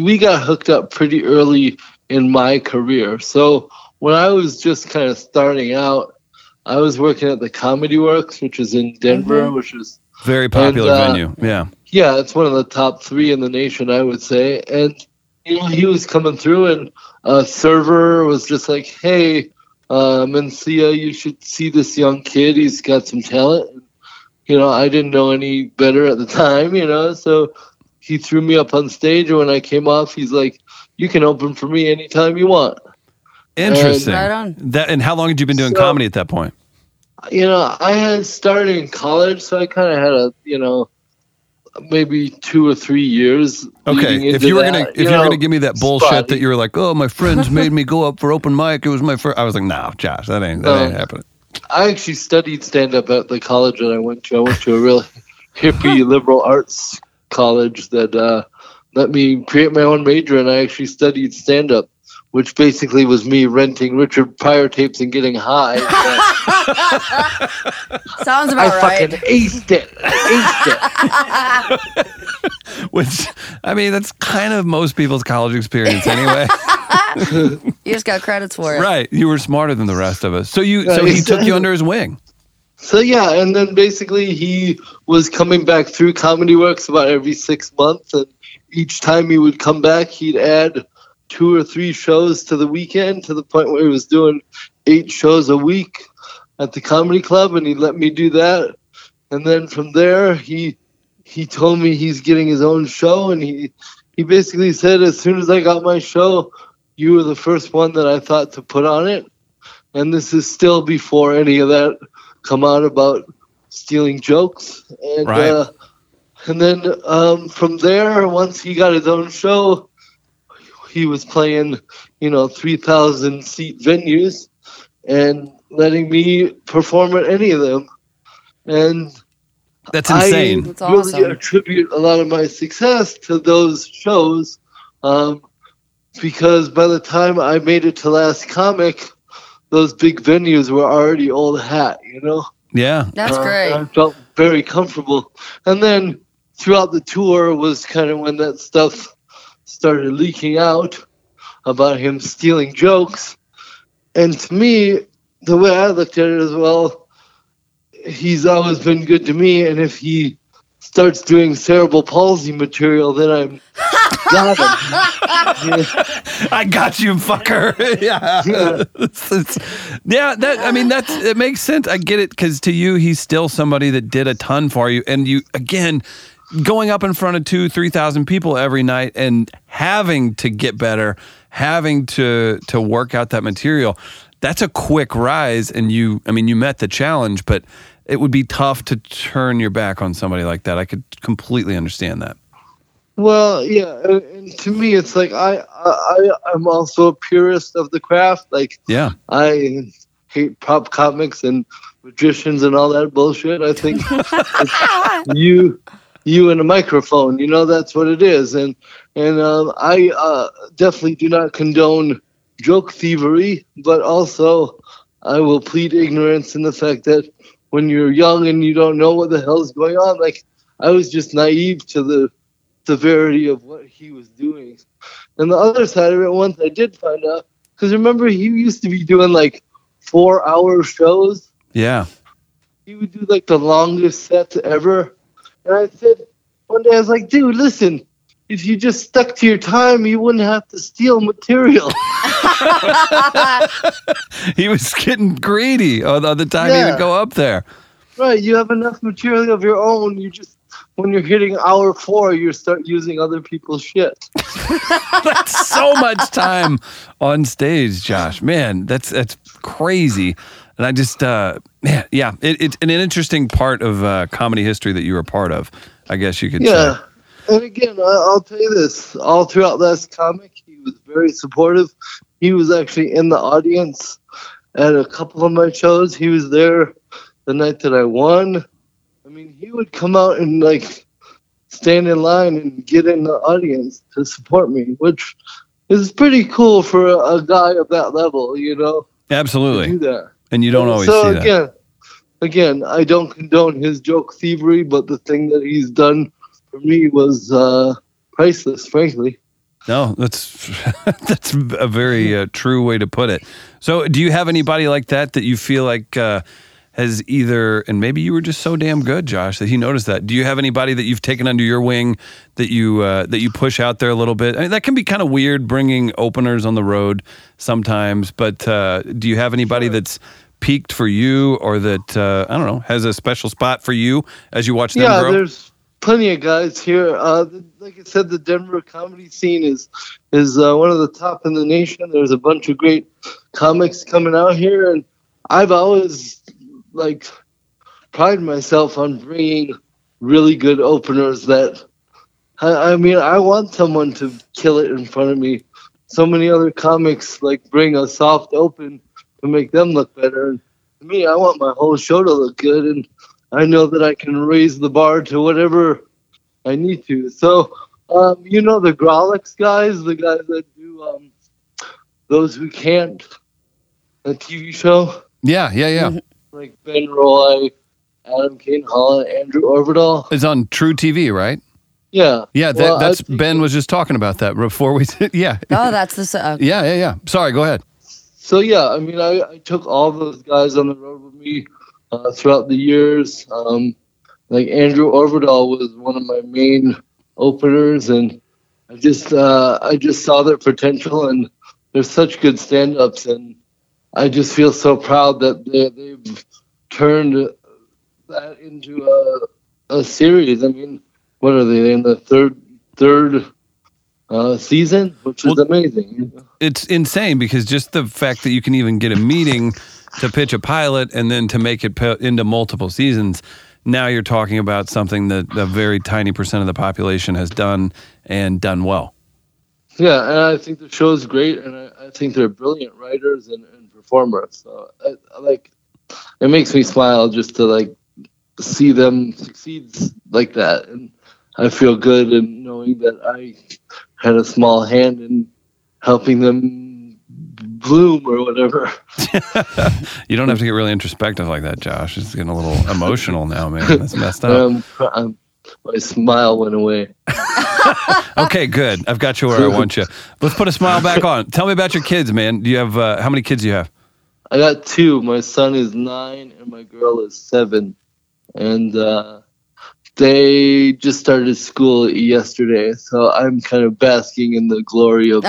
Speaker 7: we got hooked up pretty early in my career. So when I was just kind of starting out, I was working at the Comedy Works, which is in Denver, which is
Speaker 3: Very popular
Speaker 7: And, uh,
Speaker 3: venue. Yeah.
Speaker 7: yeah, it's one of the top three in the nation, I would say. And you know, he was coming through, and a server was just like, "Hey, uh, Mencia, you should see this young kid. He's got some talent." You know, I didn't know any better at the <laughs> time. You know, so he threw me up on stage, and when I came off, he's like, "You can open for me anytime you want."
Speaker 3: Interesting.
Speaker 5: Right on.
Speaker 3: That, and how long had you been doing
Speaker 7: So-
Speaker 3: comedy at that point?
Speaker 7: you know, I had started in college, so I kind of had a, you know, maybe two or three years.
Speaker 3: Okay,
Speaker 7: leading
Speaker 3: if
Speaker 7: into
Speaker 3: you were
Speaker 7: that,
Speaker 3: gonna if you were
Speaker 7: know,
Speaker 3: gonna give me that bullshit
Speaker 7: spotty.
Speaker 3: that you were like, oh, my friends made me go up for open mic. It was my first. I was like, no, Josh, that ain't that ain't
Speaker 7: No.
Speaker 3: happening.
Speaker 7: I actually studied stand up at the college that I went to. I went to a real hippie liberal arts college that uh, let me create my own major, and I actually studied stand up, which basically was me renting Richard Pryor tapes and getting high.
Speaker 5: Sounds
Speaker 7: I
Speaker 5: about right.
Speaker 7: fucking aced it. I aced it.
Speaker 3: Which I mean, that's kind of most people's college experience
Speaker 7: <laughs>
Speaker 3: anyway.
Speaker 5: You just got credits for it.
Speaker 3: right? You were smarter than the rest of us. So you so he took you under his wing.
Speaker 7: So yeah, and then basically he was coming back through Comedy Works about every six months, and each time he would come back, he'd add two or three shows to the weekend to the point where he was doing eight shows a week at the comedy club, and he let me do that. And then from there, he he told me he's getting his own show, and he he basically said as soon as I got my show, you were the first one that I thought to put on it, and this is still before any of that come out about stealing jokes and
Speaker 3: Right.
Speaker 7: uh, and then um, from there once he got his own show he was playing you know 3000 seat venues and letting me perform at any of them and
Speaker 3: That's insane.
Speaker 7: I
Speaker 5: That's awesome.
Speaker 7: really attribute a lot of my success to those shows um, because by the time I made it to Last Comic, those big venues were already old hat, you know?
Speaker 3: yeah.
Speaker 5: That's
Speaker 7: Uh,
Speaker 5: great.
Speaker 7: I felt very comfortable. And then throughout the tour was kind of when that stuff started leaking out about him stealing jokes. And to me, the way I looked at it as well, he's always been good to me. And if he starts doing cerebral palsy material, then I'm got him. <laughs>
Speaker 3: I got you, fucker. <laughs> yeah. It's- it's- yeah, that I mean that's it makes sense. I get it cuz to you he's still somebody that did a ton for you and you again going up in front of 2 3000 people every night and having to get better, having to to work out that material. That's a quick rise and you I mean you met the challenge but it would be tough to turn your back on somebody like that. I could completely understand that.
Speaker 7: Well, yeah, and, and to me, it's like I, I, I- I'm also a purist of the craft. Like
Speaker 3: Yeah.
Speaker 7: I hate prop comics and magicians and all that bullshit. I think it's you, you and a microphone. You know that's what it is. And and um, I uh, definitely do not condone joke thievery, but also I will plead ignorance in the fact that when you're young and you don't know what the hell's going on, like I was just naive to the severity of what he was doing. And the other side of it, once I did find out, because remember he used to be doing like four hour shows.
Speaker 3: Yeah.
Speaker 7: He would do like the longest sets ever. And I said one day I was like, dude, listen, if you just stuck to your time, you wouldn't have to steal material. <laughs>
Speaker 3: He was <laughs> getting greedy on on the time he
Speaker 7: Yeah.
Speaker 3: would go up
Speaker 7: <laughs>
Speaker 3: there.
Speaker 7: right? You have enough material of your own. You just when you're hitting hour four, you start using other people's shit.
Speaker 3: That's so much time on stage, Josh. Man, that's that's crazy. And I just, uh, man, yeah, it, it's an interesting part of uh, comedy history that you were a part of. I guess you could
Speaker 7: Yeah.
Speaker 3: say.
Speaker 7: And again, I, I'll tell you this: all throughout last comic, he was very supportive. He was actually in the audience at a couple of my shows. He was there the night that I won. I mean, he would come out and like stand in line and get in the audience to support me, which is pretty cool for a, a guy of that level, you know, to do
Speaker 3: Absolutely.
Speaker 7: that
Speaker 3: And you don't always
Speaker 7: so
Speaker 3: see that.
Speaker 7: again, again, I don't condone his joke thievery, but the thing that he's done for me was uh, priceless, frankly.
Speaker 3: No, that's <laughs> that's a very uh, true way to put it. So, do you have anybody like that that you feel like uh, has either, and maybe you were just so damn good, Josh, that he noticed that? Do you have anybody that you've taken under your wing that you uh, that you push out there a little bit? I mean, that can be kind of weird bringing openers on the road sometimes, but uh, do you have anybody that's peaked for you or that uh, I don't know has a special spot for you as you watch them
Speaker 7: yeah,
Speaker 3: grow?
Speaker 7: there's plenty of guys here. Uh, th- like I said, the Denver comedy scene is is uh, one of the top in the nation. There's a bunch of great comics coming out here, and I've always like prided myself on bringing really good openers. That I, I mean, I want someone to kill it in front of me. So many other comics like bring a soft open to make them look better. And to me, I want my whole show to look good, and I know that I can raise the bar to whatever I need to. So, um, you know, the Grolix guys, the guys that do um, Those Who Can't, the TV show,
Speaker 3: Yeah, yeah,
Speaker 7: Mm-hmm.
Speaker 3: yeah.
Speaker 7: like Ben Roy, Adam Kane Holland, Andrew Orbital.
Speaker 3: It's on True TV, right?
Speaker 7: Yeah.
Speaker 3: Yeah, that,
Speaker 7: Well, I
Speaker 3: that's
Speaker 7: think
Speaker 3: Ben was just talking about that before we. <laughs> yeah,
Speaker 5: Oh, that's the. s- Uh,
Speaker 3: yeah, yeah, yeah. Sorry, go ahead.
Speaker 7: so yeah, I mean, I, I took all those guys on the road with me uh, throughout the years. Um, like Andrew Overdahl was one of my main openers, and I just uh, I just saw their potential, and they're such good stand-ups, and I just feel so proud that they, they've turned that into a, a series. I mean, what are they in the third third uh, season, which is
Speaker 3: Well-
Speaker 7: amazing.
Speaker 3: It's insane because just the fact that you can even get a meeting to pitch a pilot and then to make it pe- into multiple seasons. Now you're talking about something that a very tiny percent of the population has done and done well.
Speaker 7: Yeah, and I think the show's great, and I, I think they're brilliant writers and, and performers. So, I, I like, it makes me smile just to like see them succeed like that, and I feel good in knowing that I had a small hand in helping them bloom or whatever.
Speaker 3: You don't have to get really introspective like that, Josh. It's getting a
Speaker 7: <laughs>
Speaker 3: little emotional now, man. That's messed up.
Speaker 7: Um, um, my smile went away.
Speaker 3: Okay, good. I've got you where I want you. Let's put a smile back on. Tell me about your kids, man. Do you have uh, how many kids do you have?
Speaker 7: I got two. My son is nine and my girl is seven. And uh, they just started school yesterday, so I'm kind of basking in the glory of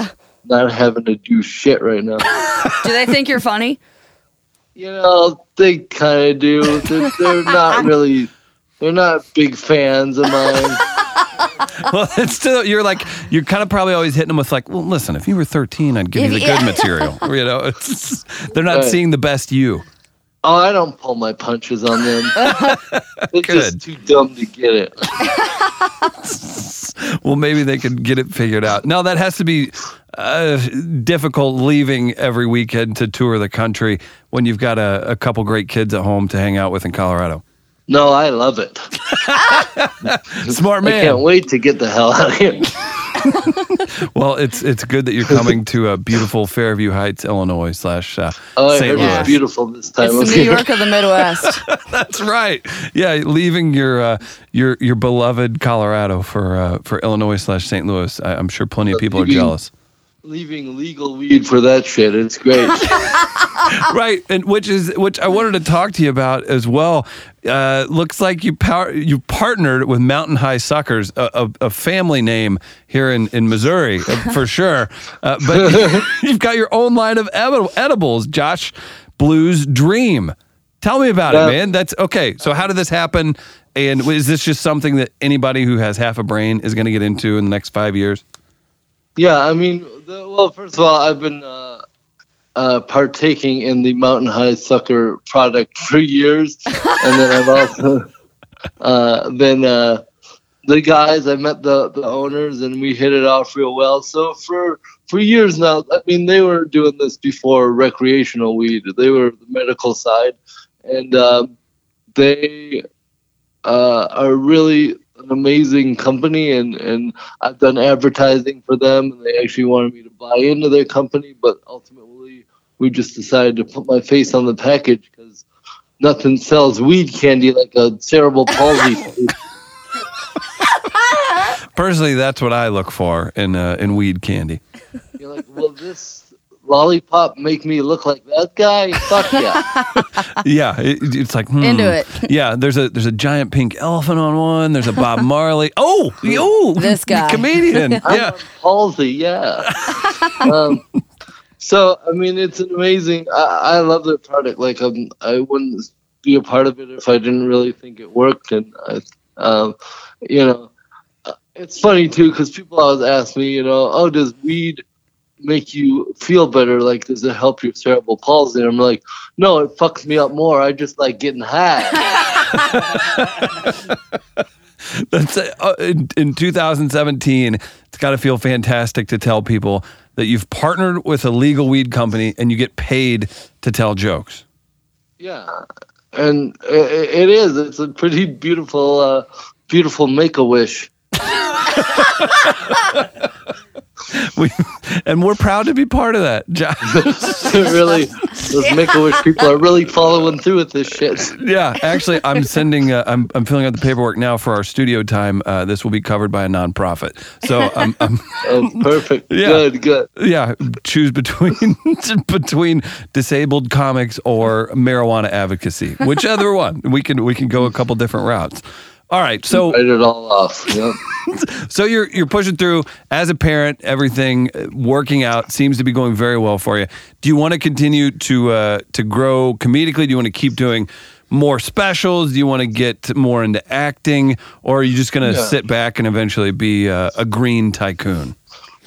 Speaker 7: not having to do shit right now.
Speaker 5: do they think
Speaker 3: <laughs>
Speaker 5: you're funny?
Speaker 7: You know, they kind of do. They're, they're not really. They're not big fans of mine.
Speaker 3: well, <laughs> it's still you're like you're kind of probably always hitting them with like, well, listen, if you were 13, I'd give you the
Speaker 5: Yeah.
Speaker 3: good material. You know, <laughs> it's, they're not
Speaker 7: Right.
Speaker 3: seeing the best you.
Speaker 7: Oh, I don't pull my punches on them. They're
Speaker 3: Good.
Speaker 7: just too dumb to get it.
Speaker 3: Well, maybe they could get it figured out. No, that has to be uh, difficult leaving every weekend to tour the country when you've got a, a couple great kids at home to hang out with in Colorado.
Speaker 7: No, I love it.
Speaker 3: Smart
Speaker 7: I
Speaker 3: man.
Speaker 7: can't wait to get the hell out of here.
Speaker 3: Well, it's it's good that you're coming to uh, beautiful Fairview Heights, Illinois slash uh,
Speaker 7: Oh, I
Speaker 3: St.
Speaker 7: heard
Speaker 3: Louis.
Speaker 7: it's beautiful this time.
Speaker 5: It's
Speaker 7: of
Speaker 5: the New
Speaker 7: year.
Speaker 5: York of the
Speaker 3: <laughs>
Speaker 5: Midwest.
Speaker 3: That's right. Yeah, leaving your uh, your your beloved Colorado for uh, for Illinois slash St. Louis. I, I'm sure plenty of people are
Speaker 7: Leaving-
Speaker 3: jealous,
Speaker 7: <laughs> leaving legal weed for that shit. It's great.
Speaker 5: <laughs>
Speaker 3: right? And which is which I wanted to talk to you about as well. Uh, looks like you power, you partnered with Mountain High Suckers, a, a, a family name here in in Missouri uh, for sure. Uh, but <laughs> you've got your own line of edi- edibles, Josh Blues Dream. Tell me about
Speaker 7: Yeah.
Speaker 3: it, man. That's okay. So, how did this happen? And is this just something that anybody who has half a brain is going to get into in the next five years?
Speaker 7: yeah, I mean, the, well, first of all, I've been uh, uh, partaking in the Mountain High Sucker product <laughs> for years, and then I've also <laughs> uh, been uh, the guys. I met the the owners, and we hit it off real well. So for for years now, I mean, they were doing this before recreational weed. They were the medical side, and um, they uh, are really an amazing company and, and I've done advertising for them and they actually wanted me to buy into their company but ultimately we just decided to put my face on the package because nothing sells weed candy like a cerebral palsy
Speaker 3: Personally, that's what I look for in uh, in weed candy.
Speaker 7: You're like, will this lollipop make me look like that guy? Fuck yeah.
Speaker 3: Yeah, it, it's like hmm.
Speaker 5: Into it.
Speaker 3: <laughs> Yeah, there's a there's a giant pink elephant on one. There's a Bob
Speaker 5: <laughs>
Speaker 3: Marley. Oh, yo,
Speaker 5: This guy. <laughs>
Speaker 3: comedian. yeah,
Speaker 7: Halsey, yeah. um, so, I mean, it's an amazing. I, I love their product. Like, um, I wouldn't be a part of it if I didn't really think it worked. And, I, um, you know, uh, it's funny too because people always ask me, you know, oh, does weed make you feel better? Like, does it help your cerebral palsy? And I'm like, no, it fucks me up more. I just like getting high.
Speaker 3: That's uh, in, in 2017. It's got to feel fantastic to tell people that you've partnered with a legal weed company and you get paid to tell jokes. <laughs>
Speaker 7: Yeah, and i- i it is. It's a pretty beautiful, uh, beautiful make a wish.
Speaker 3: We, and we're proud to be part of that. John. <laughs>
Speaker 7: <laughs> really, those make a wish people are really following through with this shit.
Speaker 3: Yeah, actually, I'm sending. Uh, I'm I'm filling out the paperwork now for our studio time. Uh, this will be covered by a nonprofit. So I'm, I'm
Speaker 7: Oh, perfect.
Speaker 3: Yeah.
Speaker 7: Good, good.
Speaker 3: yeah, choose between <laughs> between disabled comics or marijuana advocacy. Whichever one, we can we can go a couple different routes. All right, so
Speaker 7: Write it all off. Yeah.
Speaker 3: so you're you're pushing through as a parent. Everything uh, working out seems to be going very well for you. Do you want to continue to uh, to grow comedically? Do you want to keep doing more specials? Do you want to get more into acting, or are you just going to
Speaker 7: Yeah.
Speaker 3: sit back and eventually be uh, a green tycoon?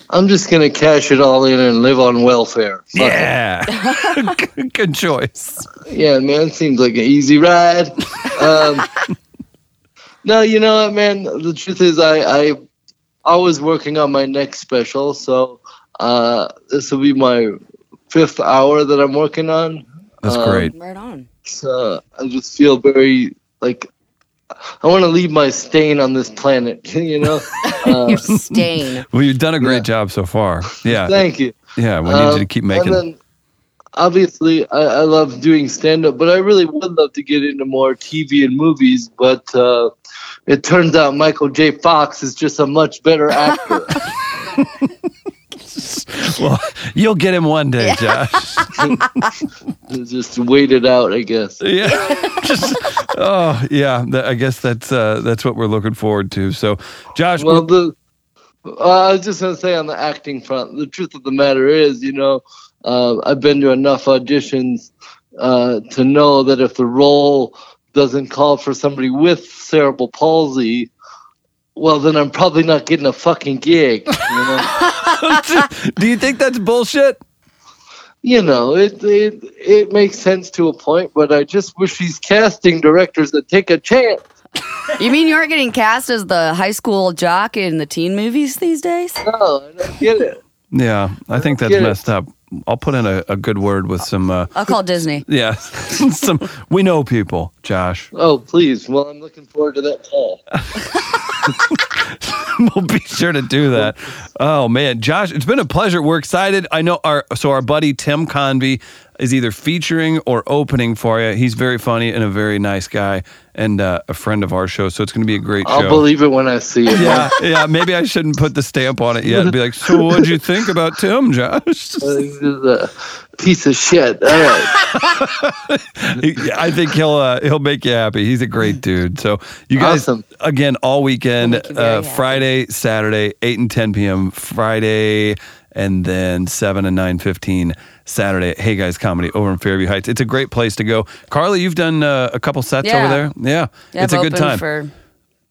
Speaker 7: I'm just gonna cash it all in and live on welfare. Fuck it.
Speaker 3: Yeah, <laughs> Good- good choice.
Speaker 7: Yeah, man, seems like an easy ride.
Speaker 3: <laughs>
Speaker 7: Um, no, you know what, man? The truth is, I, I, I was working on my next special, so uh, this will be my fifth hour that I'm working on.
Speaker 3: That's
Speaker 7: Um,
Speaker 3: great.
Speaker 5: Right on.
Speaker 7: So uh, I just feel very like I want to leave my stain on this planet. <laughs> You know? Uh,
Speaker 5: Your stain.
Speaker 3: Well, you've done a great
Speaker 7: yeah.
Speaker 3: job so far. Yeah,
Speaker 7: thank you.
Speaker 3: yeah. We need you to
Speaker 7: Um,
Speaker 3: keep making.
Speaker 7: And then, obviously, I, I love doing stand up, but I really would love to get into more TV and movies. But uh, it turns out Michael J. Fox is just a much
Speaker 3: <laughs>
Speaker 7: better actor.
Speaker 3: well, you'll get him one day,
Speaker 7: <laughs>
Speaker 3: Josh.
Speaker 7: just wait it out, I guess.
Speaker 3: Yeah. Just- oh, yeah. That, I guess that's uh, that's what we're looking forward to. So, Josh,
Speaker 7: Well, the uh, I was just gonna say on the acting front, the truth of the matter is, you know, uh, I've been to enough auditions uh, to know that if the role doesn't call for somebody with cerebral palsy, well, then I'm probably not getting a fucking gig. You know,
Speaker 3: do you think that's bullshit?
Speaker 7: you know it, it it makes sense to a point, but I just wish these casting directors that take a chance.
Speaker 5: You mean you aren't getting cast as the high school jock in the teen movies these days?
Speaker 7: No, Oh, I don't get it.
Speaker 3: Yeah, I think that's
Speaker 7: Get it.
Speaker 3: messed up. I'll put in a, a good word with some. Uh,
Speaker 5: I'll call Disney.
Speaker 3: yeah, <laughs> some. We know people, Josh.
Speaker 7: Oh, please. Well, I'm looking forward to that call.
Speaker 3: <laughs> we'll be sure to do that. Oh man, Josh, it's been a pleasure. We're excited. I know our so our buddy Tim Convey is either featuring or opening for you. He's very funny and a very nice guy and uh, a friend of our show. So it's going to be a great
Speaker 7: I'll
Speaker 3: show.
Speaker 7: believe it when I see it.
Speaker 3: yeah, yeah. Maybe I shouldn't put the stamp on it yet. and Be like, so what'd you think about Tim,
Speaker 7: <laughs>
Speaker 3: Josh?
Speaker 7: Uh, This is a piece of shit. All right.
Speaker 3: <laughs> I think he'll uh, he'll make you happy. He's a great dude. So you guys
Speaker 7: Awesome.
Speaker 3: again all weekend,
Speaker 5: He'll make you very
Speaker 3: uh,
Speaker 5: happy.
Speaker 3: Friday, Saturday, eight and ten p.m. Friday, and then seven and nine fifteen Saturday. at Hey guys, comedy over in Fairview Heights. It's a great place to go. Carly, you've done uh, a couple sets
Speaker 5: Yeah.
Speaker 3: over there. Yeah,
Speaker 5: Yeah,
Speaker 3: it's a
Speaker 5: I've
Speaker 3: good
Speaker 5: opened
Speaker 3: time.
Speaker 5: for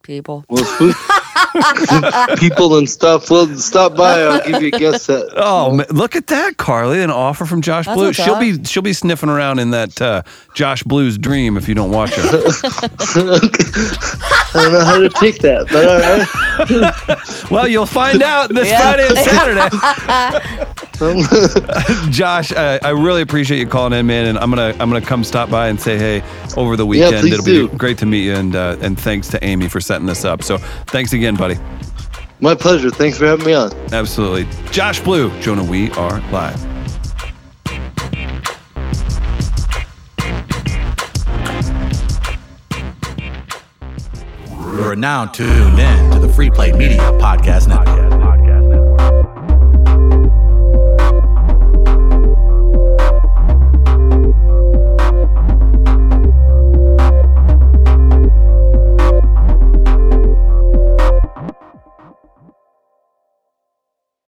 Speaker 5: people.
Speaker 7: People and stuff. Well, stop by. I'll give you a guess set.
Speaker 3: <laughs>
Speaker 7: <laughs>
Speaker 3: Oh, ma- look at that, Carly! An offer from Josh
Speaker 5: That's
Speaker 3: Blue.
Speaker 5: a
Speaker 3: She'll be she'll be sniffing around in that uh, Josh Blue's dream if you don't watch her.
Speaker 7: I don't know how to take that, but all right.
Speaker 3: Well, you'll find out this Friday and
Speaker 7: <laughs>
Speaker 3: Saturday. Josh, uh, I really appreciate you calling in, man, and I'm gonna I'm gonna come stop by and say hey over the weekend.
Speaker 7: please
Speaker 3: It'll
Speaker 7: do.
Speaker 3: be great to meet you, and uh, and thanks to Amy for setting this up. So thanks again, buddy.
Speaker 7: My pleasure. Thanks for having me on.
Speaker 3: Absolutely, Josh Blue, Jonah. We are live.
Speaker 1: are now tuned in to the Free Play Media Podcast Network.